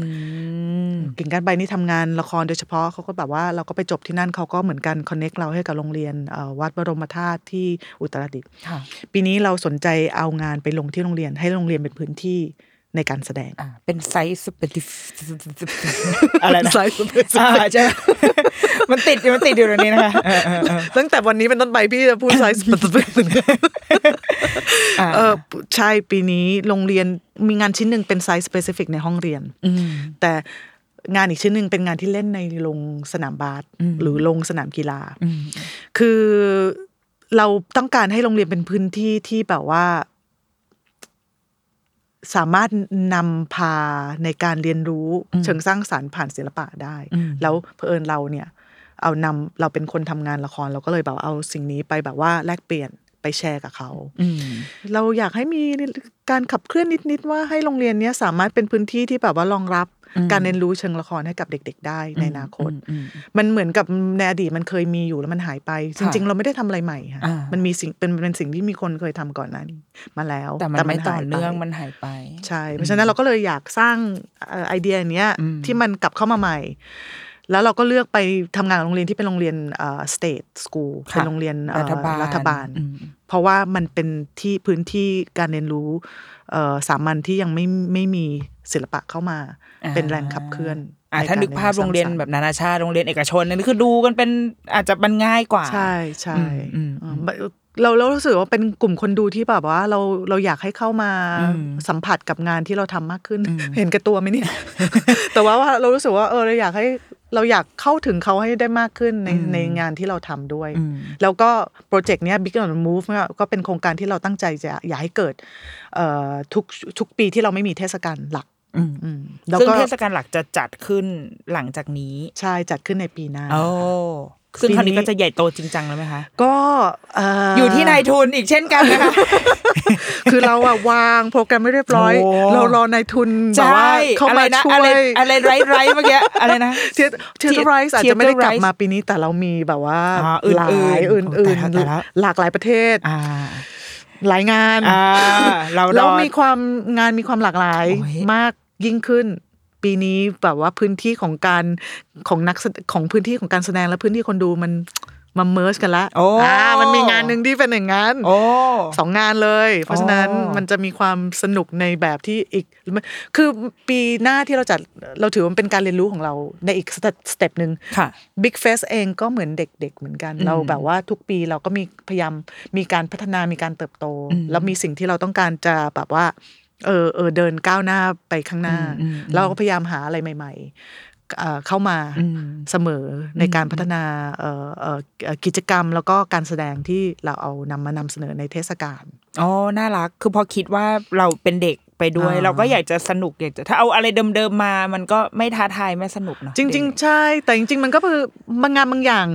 S3: กิ่งก้านใบนี่ทำงานละครโดยเฉพาะเขาก็แบบว่าเราก็ไปจบที่นั่นเขาก็เหมือนกันคอนเน็กเราให้กับโรงเรียนเอ่อวัดบรมธาตุที่อุตรดิตถ์
S2: ค่ะ
S3: ปีนี้เราสนใจเอางานไปลงที่โรงเรียนให้โรงเรียนเป็นพื้นที่ในการแสดง
S2: อ่าเป็นไซส์สเปซิฟอะไรนะ
S3: ไซส์ specific
S2: อ่าใช่มันติดอยู่มันติดอยู่ตรงนี้นะคะเออเออเออ
S3: ตั้งแต่วันนี้เป็นต้นไปพี่จะพูดไซส์ เออใช่ปีนี้โรงเรียนมีงานชิ้นหนึ่งเป็นไซส์ specific ในห้องเรียน แต่งานอีกชิ้นหนึ่งเป็นงานที่เล่นในโรงสนามบาสหรือโรงสนามกีฬา คือเราต้องการให้โรงเรียนเป็นพื้นที่ที่แบบว่า สามารถนำพาในการเรียนรู้เชิงสร้างสารรค์ผ่านศิลปะได้ แล้วเผอิญเราเนี่ย เอานำเราเป็นคนทำงานละครเราก็เลยแบบเอาสิ่งนี้ไปแบบว่าแลกเปลี่ยนไปแชร์กับเขา เราอยากให้มีการขับเคลื่อนนิด ๆ ว่าให้โรงเรียนเนี้ยสามารถเป็นพื้นที่ที่แบบว่ารองรับการเรียนรู้เชิงละครให้กับเด็ก ๆ ได้ในอนาคต มันเหมือนกับในอดีตมันเคยมีอยู่แล้วมันหายไป จริง ๆ เราไม่ได้ทำอะไรใหม่ค่ะ
S2: อ่ามั
S3: มันมีสิ่งเป็นเป็นสิ่งที่มีคนเคยทำก่อนหน้านี้มาแล้ว
S2: แต่มันไม่ต่อ
S3: หายไป
S2: เนื่องมันหายไป
S3: ใช่ เพราะฉะนั้นเราก็เลยอยากสร้างเอ่อไอเดียเนี้ยที่มันกลับเข้ามาใหม่ แล้วเราก็เลือกไปทำงานกับโรงเรียนที่เป็นโรงเรียนเอ่อ state school
S2: ค่ะ
S3: เป็นโรงเรียนเอ่อ
S2: รัฐบาล
S3: รัฐบาล
S2: อืม
S3: เพราะว่ามันเป็นที่พื้นที่การเรียนรู้เอ่อสามัญที่ยังไม่ไม่มีศิลปะเข้ามา เป็นแรงขับเคลื่อน
S2: อ่า
S3: ใ
S2: ถ้านึกภาพโรงเรียนแบบนานาชาติโรงเรียนเอกชนนี่คือดูกันเป็นอาจจะมันง่ายกว่า
S3: ใช่ใช่
S2: อืมอืม
S3: เอ่อเราเรารู้สึกว่าเป็นกลุ่มคนดูที่แบบว่าเราเราอยากให้เข้ามาสัมผัสกับงานที่เราทำมากขึ้น เห็นแกับตัวไหมเนี่ย แต่ว่าว่าเรารู้สึกว่าเออเราอยากให้เราอยากเข้าถึงเขาให้ได้มากขึ้นในในงานที่เราทำด้วย แล้วก็โปรเจกต์เนี้ย Big on the Move เนี่ยก็เป็นโครงการที่เราตั้งใจจะอยากให้เกิดเอ่อทุกทุกปีที่เราไม่มีเทศกาลหลัก
S2: อืม
S3: อืมแล้ว
S2: ซึ่ง
S3: ก็
S2: เทศกาลหลักจะจัดขึ้นหลังจากนี้
S3: ใช่จัดขึ้นในปีหน้า
S2: โอ้ซึ่งคราวนี้
S3: ปีนี้
S2: ก็จะใหญ่โตจริงจังแล้วไหมคะ
S3: ก็เ
S2: อยู่ที่นายทุนอีกเช่นกันนะคะ
S3: คือเราอะวางโปรแกรมไม่เรียบร้อย
S2: โอ้
S3: เรารอนายทุนแบ
S2: ใช
S3: บว่า
S2: ่
S3: เขา
S2: อะไร
S3: มา
S2: นะ
S3: ช่
S2: อะไร
S3: วย
S2: อะไรไรไรเมื่ อกี้อะไรนะ
S3: เทียเทียร์ไรส์อาจจะไม่ได้กลับมาปีนี้แต่เรามีแบบว่า
S2: อ่าอื่น
S3: หลา
S2: ๆ
S3: ย
S2: โอ้
S3: อื่น
S2: ตาย
S3: อื่น
S2: แล้วตายแล้ว
S3: หลากหลายประเทศ
S2: อ่า
S3: หลายงาน
S2: อ่าเรา
S3: แล้ว
S2: รอ
S3: มีความงานมีความหลากหลาย
S2: โอ้ย
S3: มากยิ่งขึ้น ปีนี้แบบว่าพื้นที่ของการของนักแสของพื้นที่ของการแสดงและพื้นที่คนดูมันมันเมิร์กันละ
S2: โอ้
S3: ามันมีงานหนึ่งที่เป็นอย่างนั้น
S2: โอ้
S3: สองงานเลย เพราะฉะนั้น
S2: อ๋อ
S3: มันจะมีความสนุกในแบบที่อีก คือปีหน้าที่เราจัดเราถือว่ามันเป็นการเรียนรู้ของเราในอีกสเต็ปสเต็ปหนึ่ง
S2: ค่ะ
S3: Big f e s เองก็เหมือนเด็กๆเหมือนกัน เราแบบว่าทุกปีเราก็มีพยายามมีการพัฒนามีการเติบโต แล้วมีสิ่งที่เราต้องการจะแบบว่า เออเออเดินก้าวหน้าไปข้างหน้า เราก็พยายามหาอะไรใหม่ๆเอ่อเข้ามาเสมอในการพัฒนาเอ่อเอ่อเอ่อกิจกรรมแล้วก็การแสดงที่เราเอานำมานำเสนอในเทศกาล
S2: อ๋อ น่ารัก คือพอคิดว่าเราเป็นเด็กไปด้วย
S3: อ่า
S2: เราก็อยากจะสนุกอยากจะถ้าเอาอะไรเดิมๆมา มันก็ไม่ท้าทายไม่สนุกเนาะ
S3: จริง
S2: เด็ก
S3: ๆ ใช่ แต่จริง ๆ มันก็คือบางงานบางอย่าง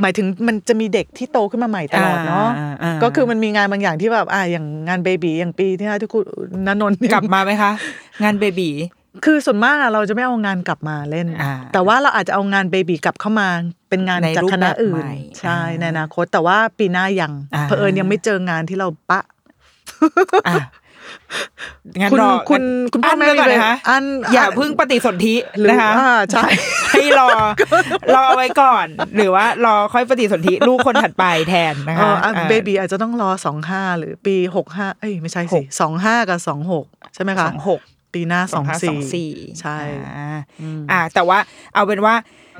S3: หมายถึงมันจะมีเด็กที่โตขึ้นมาใหม่ตลอดเนาะ
S2: อ่าอ่า
S3: ก็คือมันมีงานบางอย่างที่แบบอ่าอย่างงานเบบีอย่างปีที่แล้วที่คุณนนนท์เนี่ย
S2: กลับมาไหมคะ งานเบบี
S3: คือส่วนมากอะเราจะไม่เอางานกลับมาเล่น
S2: อ่า
S3: แต่ว่าเราอาจจะเอางานเบบีกลับเข้ามาเป็นงาน
S2: ใน
S3: จาก
S2: รูป
S3: คณะอื่
S2: แบบ
S3: น
S2: ใหม่
S3: ใช่
S2: อ่า
S3: ในอนาคตแต่ว่าปีหน้ายัง
S2: อ่า
S3: เผอิญยังไม่เจองานที่เราปะ
S2: อ่ะ งั้น
S3: คุณ
S2: รอ
S3: คุณคุณพ่อ
S2: อัน
S3: แม่
S2: ไว้ก่อนนะคะ
S3: อัน
S2: อย่าเพึ่งปฏิสนธิ
S3: หรือ
S2: นะคะ
S3: อ่าใช่
S2: ให้ร อ รอไว้ก่อน หรือว่ารอค่อยปฏิสนธิลูกคนถัดไปแทนนะ
S3: เอ
S2: คะ
S3: ออ่ะ
S2: อ่า
S3: เบบีอาจจะต้องรอสองห้าหรือปีหกห้าเอ้ยไม่ใช่
S2: ห
S3: สิ
S2: ก
S3: สองห้ากับสองหกใช่ไหม
S2: ส
S3: คะ
S2: องหก
S3: ปีหน้าสองสี่
S2: 2524
S3: ใช่
S2: อ่าอ่าแต่ว่าเอาเป็นว่า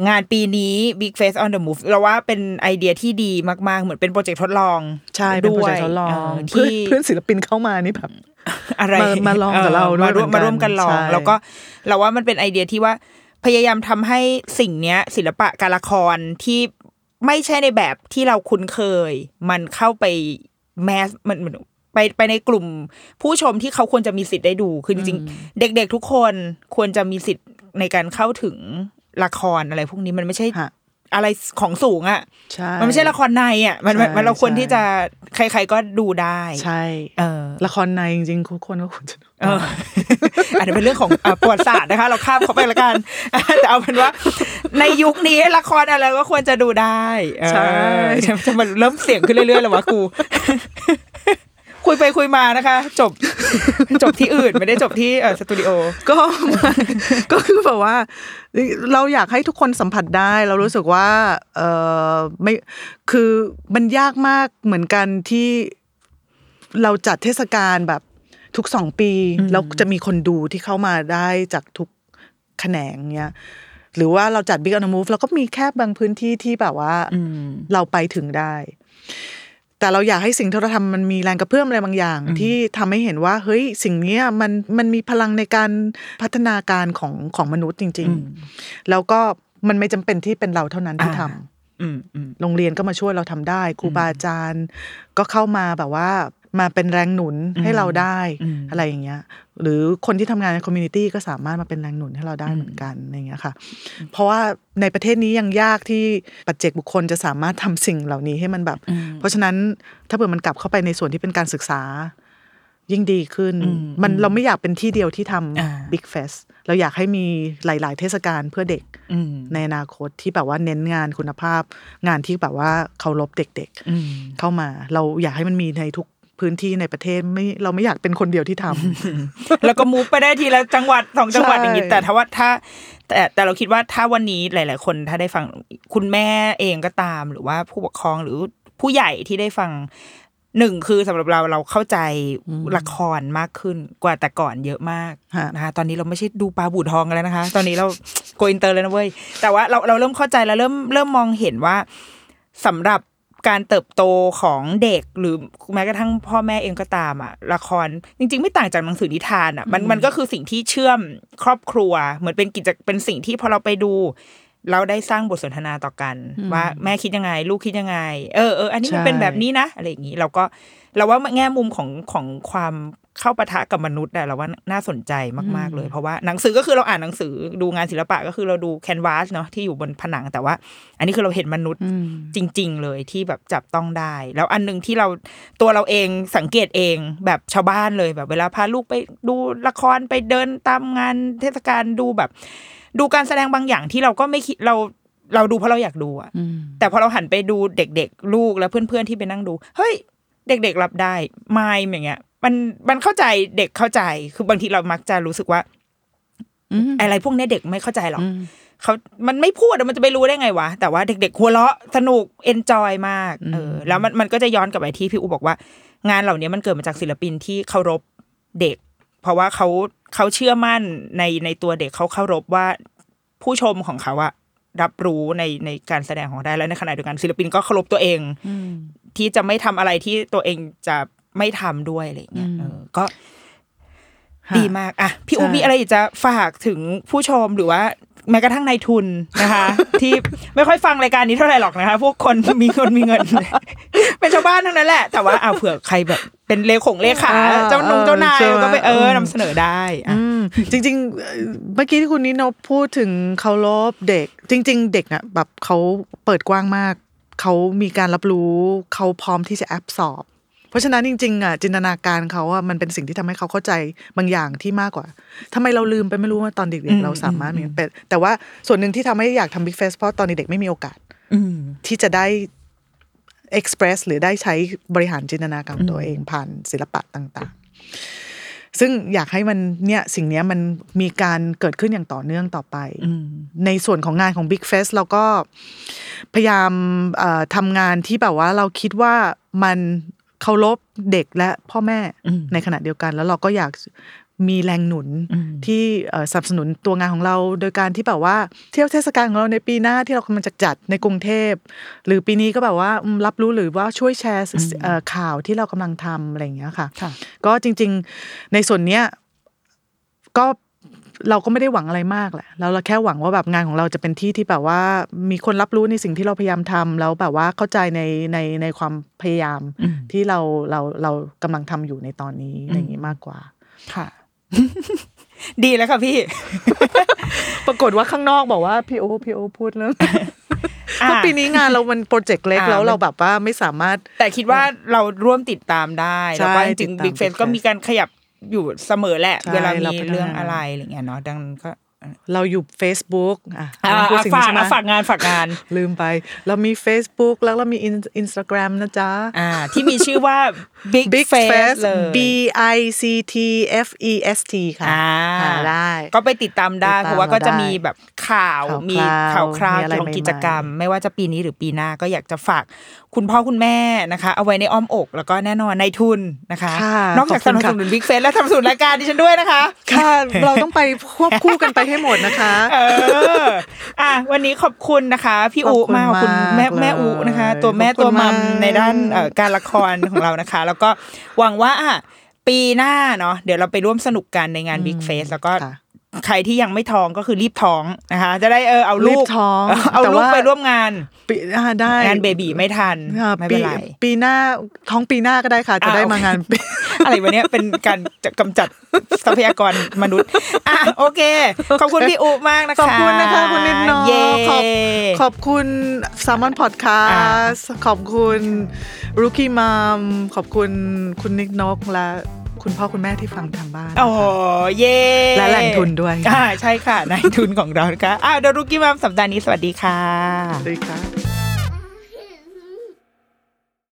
S2: งานปีนี้ Big Face on the Move เราว่าเป็นไอเดียที่ดีมาก ๆ เหมือนเป็นโปรเจกต์ทดลอง
S3: ใช่เป็น
S2: ด้
S3: โปร
S2: ว
S3: เจ
S2: ย
S3: กต์ทดลอ
S2: เ
S3: งเพื่อน
S2: ที่
S3: เพื่อนศิลปินเข้ามานี่แบบ
S2: อะไร
S3: มามาลองกับเราด้วย
S2: มาร่วม
S3: เหมื
S2: มา
S3: อนกัน
S2: ร่วมกันลอง
S3: ใช่
S2: แล้วก็เราว่ามันเป็นไอเดียที่ว่าพยายามทำให้สิ่งเนี้ย ศิลปะการละครที่ไม่ใช่ในแบบที่เราคุ้นเคย มันเข้าไปแมสมันมันไปไปในกลุ่ม ผู้ชมที่เขาควรจะมีสิทธิ์ได้ดู คือจริงๆ เด็กๆทุกคนควรจะมีสิทธิ์ในการเข้าถึงละครอะไรพวกนี้มันไม่ใช่
S3: ฮะ
S2: อะไรของสูงอ่ะ
S3: ใช่
S2: มันไม่ใช่ละครในอ่ะ มันมัน
S3: ใช่
S2: มันเราควร
S3: ใช่
S2: ที่จะใคร ๆก็ดูได้
S3: ใช่
S2: เออ
S3: ละครในจริงๆทุกคนก็ควรจะดู
S2: เออ อันนี้เป็นเรื่องของอ่ะประวัติศาสตร์นะคะ เราข้ามเข้าไปละกัน แต่เอาเป็นว่า ในยุคนี้ละครอะไรก็ควรจะดูได้เออ
S3: ใช่
S2: จะจะมันเริ่มเสียงขึ้นเรื่อยๆเลยวะกู คุยไปคุยมานะคะ จบจบที่อื่นไม่ได้จบที่เอ่อสตูดิโอ
S3: ก็ ก็คือแบบว่า เราอยากให้ทุกคนสัมผัสได้ เรารู้สึกว่าเออไม่คือมันยากมากเหมือนกันที่เราจัดเทศกาลแบบทุกสองปีแล้วจะมีคนดูที่เข้ามาได้จากทุกแขนงเนี้ยหรือว่าเราจัด Big on the Move เราก็มีแค่บางพื้นที่ที่แบบว่าเราไปถึงได้ แต่เราอยากให้สิ่งที่เราทำมันมีแรงกระเพื่อมอะไรบางอย่าง ที่ทำให้เห็นว่า เฮ้ยสิ่งเนี้ยมันมันมีพลังในการพัฒนาการของของมนุษย์จริง ๆ แล้วก็มันไม่จำเป็นที่เป็นเราเท่านั้นที่
S2: อ่า
S3: ทำ
S2: อืมอืม
S3: โรงเรียนก็มาช่วยเราทำได้ครูบาอาจารย์ ก็เข้ามาแบบว่ามาเป็นแรงหนุนให้เราได้อะไรอย่างเงี้ย หรือคนที่ทำงานในคอมมูนิตี้ก็สามารถมาเป็นแรงหนุนให้เราได้เหมือนกันอะไรอย่างเงี้ยค่ะ เพราะว่าในประเทศนี้ยังยากที่ปัจเจกบุคคลจะสามารถทำสิ่งเหล่านี้ให้มันแบบ เพราะฉะนั้นถ้าเผื่อมันกลับเข้าไปในส่วนที่เป็นการศึกษา ยิ่งดีขึ้น มันเราไม่อยากเป็นที่เดียวที่ท
S2: อ่า
S3: ำบิ๊กเฟสเราอยากให้มีหลาย ๆ เทศกาลเพื่อเด็ก
S2: อืม
S3: ในอนาคตที่แบบว่าเน้นงานคุณภาพ งานที่แบบว่าเคารพเด็ก
S2: อืม
S3: ๆ เข้ามา เราอยากให้มันมีในทุกพื้นที่ในประเทศไม่เราไม่อยากเป็นคนเดียวที่ทำ
S2: แล้วก็มูฟไปได้ทีละจังหวัดสองจังหวัดอย่างนี้
S3: ใช่
S2: แต่ถ้าว่าถ้า แต่แต่เราคิดว่าถ้าวันนี้หลาย ๆ คนถ้าได้ฟังคุณแม่เองก็ตาม หรือว่าผู้ปกครองหรือผู้ใหญ่ที่ได้ฟังหนึ่งคือสำหรับเราเราเข้าใจละครมากขึ้นกว่าแต่ก่อนเยอะมากนะคะตอนนี้เราไม่ใช่ดูปลาบูทองกันแล้วนะคะ ตอนนี้เรา โกอินเตอร์แล้วนะเว้ยแต่ว่าเราเราเริ่มเข้าใจแล้วเริ่มเริ่มมองเห็นว่าสำหรับการเติบโตของเด็กหรือแม้กระทั่งพ่อแม่เองก็ตามอ่ะละครจริง ๆ ไม่ต่างจากหนังสือนิทานอ่ะมันมันก็คือสิ่งที่เชื่อมครอบครัว เหมือนเป็นกิจเป็นสิ่งที่พอเราไปดู เราได้สร้างบทสนทนาต่อกัน ว่าแม่คิดยังไง ลูกคิดยังไง เออเอออันนี้มัน
S3: ใช่
S2: เป็นแบบนี้นะอะไรอย่างนี้เราก็เราว่าแง่มุมของของความเข้าปะทะกับมนุษย์อะเราว่าน่าสนใจมาก ๆ เลย เพราะว่าหนังสือก็คือเราอ่านหนังสือดูงานศิลปะก็คือเราดูแคนวาสเนาะที่อยู่บนผนังแต่ว่า อันนี้คือเราเห็นมนุษย์จริง ๆ เลยที่แบบจับต้องได้ แล้วอันหนึงที่เราตัวเราเองสังเกตเองแบบชาวบ้านเลยแบบเวลาพาลูกไปดูละครไปเดินตามงานเทศกาลดูแบบ ดูการแสดงบางอย่างที่เราก็ไม่คิดเราเราดูเพราะเราอยากดูอะแต่พอเราหันไปดูเด็กๆ ลูกและเพื่อนๆที่ไปนั่งดู เฮ้ย เด็กๆรับได้ไม่อย่างเงี้ย มันมันเข้าใจเด็กเข้าใจ คือบางทีเรามักจะรู้สึกว่าอะไรพวกเนี้ยเด็กไม่เข้าใจหรอกเขามันไม่พูดอะมันจะไปรู้ได้ไงวะแต่ว่าเด็กๆหัวเราะสนุกเอนจอยมากเออแล้วมันมันก็จะย้อนกลับไปที่พี่อูบอกว่า งานเหล่านี้มันเกิดมาจากศิลปินที่เคารพเด็ก เพราะว่าเขาเขาเชื่อมั่นในในตัวเด็กเขาเคารพว่า ผู้ชมของเขาอะรับรู้ในในการแสดงของได้แล้วในขณะเดียวกันศิลปินก็เคารพตัวเอง ที่จะไม่ทำอะไรที่ตัวเองจะไม่ทำด้วยอะไรอย่างเงี้ยเออก็ดีมากอ่ะพี่อู
S3: ใช่
S2: มีอะไรอยากจะฝากถึงผู้ชมหรือว่าแม้กระทั่งนายทุนนะคะ ที่ไม่ค่อยฟังรายการนี้เท่าไหร่หรอกนะคะ พวกคนมีเงินมีเงิน เป็นชาวบ้านทั้งนั้นแหละ แต่ว่าอ่ะเผื่อใครแบบเป็นเลขงเลขาเจ้านงเจ้านายก็ไปเออนำเสนอได้อ่ะ
S3: อืมจริงๆเอ่อเมื่อกี้ที่คุณนิโนพูดถึงเคารพเด็ก จริง ๆ เด็กน่ะแบบเขาเปิดกว้างมาก เขามีการรับรู้เขาพร้อมที่จะแอบสอบ เพราะฉะนั้นจริงๆอ่ะจินตนาการเขาอ่ะมันเป็นสิ่งที่ทำให้เขาเข้าใจบางอย่างที่มากกว่าทำไมเราลืมไปไม่รู้ว่าตอนเด็กๆเราสามารถมีเป็นแต่ว่าส่วนหนึ่งที่ทำให้อยากทำบิ๊กเฟสเพราะตอนเด็กๆไม่มีโอกาสที่จะได้ express หรือได้ใช้บริหารจินตนาการของตัวเองผ่านศิลปะต่างๆ ซึ่งอยากให้มันเนี่ยสิ่งเนี้ยมันมีการเกิดขึ้นอย่างต่อเนื่องต่อไป ในส่วนของงานของ Big Fest เราก็พยายามเอ่อทำงานที่แบบว่าเราคิดว่ามันเคารพเด็กและพ่อแม่ในขณะเดียวกัน แล้วเราก็อยากมีแรงหนุนที่เอ่อสนับสนุนตัวงานของเรา โดยการที่แบบว่าเที่ยวเทศกาลของเราในปีหน้าที่เรากำลังจะจัดในกรุงเทพ หรือปีนี้ก็แบบว่าอืมรับรู้หรือว่าช่วยแชร์เอ่อข่าวที่เรากำลังทำอะไรอย่างเงี้ยค่ะ
S4: ค่ะ
S3: ก็จริง ๆ ในส่วนเนี้ยก็เราก็ไม่ได้หวังอะไรมากแหละแล้วเราแค่หวังว่าแบบงานของเราจะเป็นที่ที่แบบว่า มีคนรับรู้ในสิ่งที่เราพยายามทำแล้วแบบว่าเข้าใจในในในความพยายาม
S4: อืม
S3: ที่เราเราเรากำลังทำอยู่ในตอนนี้อะไรอย่างนี้มากกว่า
S4: ค่ะ
S2: ดีแล้วค่ะพี่
S3: ปรากฏว่าข้างนอกบอกว่าพี่โอพี่โอพูดแล้ว
S2: อ่ะ
S3: เพราะปีนี้งานเรามันโปรเจกต์เล็ก
S2: อ่า
S3: แล้วเราแบบว่าไม่สามารถ
S2: แต่คิดว่าเราร่วมติดตามได้
S3: ใช่
S2: แล้วก็จริง
S3: ติดตาม
S2: บิ๊กเฟส
S3: Big
S2: ก็มีการขยับอยู่เสมอแหละ
S3: ใช่
S2: เวลา
S3: เรา
S2: มี
S3: พัฒนา
S2: เรื่องอะไรอะไรเงี้ยเนาะดังนั้นก็
S3: เราอยู่ Facebook อ่ะ
S2: อ่ะ
S3: เราพูดสิ่งนี้
S2: ฝาก
S3: ใช่ไหม
S2: อ่ะฝากงานฝากงาน
S3: ลืมไป เรามี Facebook แล้วเรามีอินสตาแกรมนะจ๊ะ
S2: อ่า ที่มีชื่อว่า Big,
S3: Big
S2: Face,
S3: Fest
S2: เลย
S3: B I C T F E S T ค่ะ
S2: อ่า
S3: หาได้
S2: ก็ไปติดตามได้
S3: ติดตาม
S2: เพราะว่าก็จะ
S3: เราได้
S2: มีแบบข่าว
S3: ข่าว
S2: มี
S3: ครา
S2: ข่าว
S3: ว
S2: คราว
S3: มีอะไร
S2: เกี่ยวกับ
S3: ใหม่ๆ
S2: กิจกรรม ไม่ว่าจะปีนี้หรือปีหน้าก็อยากจะฝากคุณพ่อคุณแม่นะคะ เอาไว้ในอ้อมอกแล้วก็แน่นอนในทุนนะคะ
S3: ค่ะ
S2: นอกจากส
S3: ขอบ
S2: นับ
S3: คุณค่ะ
S2: สนุนบิ๊กเฟสและสนับสนุนรายการดิฉันด้วยนะคะ
S3: ค่ะ เราต้องไปควบคู่กันไปให้หมดนะคะ
S2: เอออ่ะวันนี้ขอบคุณนะคะ พี่
S3: ขอ
S2: อุ
S3: บคุณ
S2: มากขอบคุณ
S3: มาก
S2: แม่
S3: เลย
S2: แม่อุนะคะ ตัวแม่
S3: ขอบคุณ
S2: ตัวมัม
S3: มาก
S2: ในด้านเอ่อการละครของเรานะคะ แล้วก็หวังว่าอ่ะปีหน้าเนาะเดี๋ยวเราไปร่วมสนุกกันในงาน Big Face แล้วก็
S3: ค่ะ
S2: ใครที่ยังไม่ท้องก็คือรีบท้องนะคะ จะได้เออเอาลู
S3: รี
S2: ก
S3: บท้อง
S2: เอา
S3: แต่
S2: ลูก
S3: ว่า
S2: ไปร่วมงาน
S3: ปีอ่าได้
S2: งานเบบีไม่ทัน
S3: อ่า
S2: ไม่
S3: ปี
S2: เป็นไร
S3: ปีหน้าท้องปีหน้าก็ได้ค่ะ จะ
S2: อ่า
S3: ได้
S2: โอเค
S3: มางานปี
S2: อะไรวะเนี้ยเป็นการจะกำจัดทรัพยากรมนุษย์อ่ะโอเค ขอบคุณพี่อุมากนะคะ
S3: ขอบคุณนะคะคุณนิดนอ
S2: เย้
S3: ขอบขอบคุณสามอนพอดคาสขอบคุณรูคี้มามขอบคุณคุณนิกนกและคุณพ่อคุณแม่ที่ฟังทางบ้านนะคะ
S2: โอ้เย่
S3: และแหล่งทุนด้วย
S2: อ่าใช่ค่ะแหล่งทุนของเรานะคะอ้าวเดรุกิมามสัปดาห์นี้สวัสดีค่ะ
S3: สวัสดีค่ะ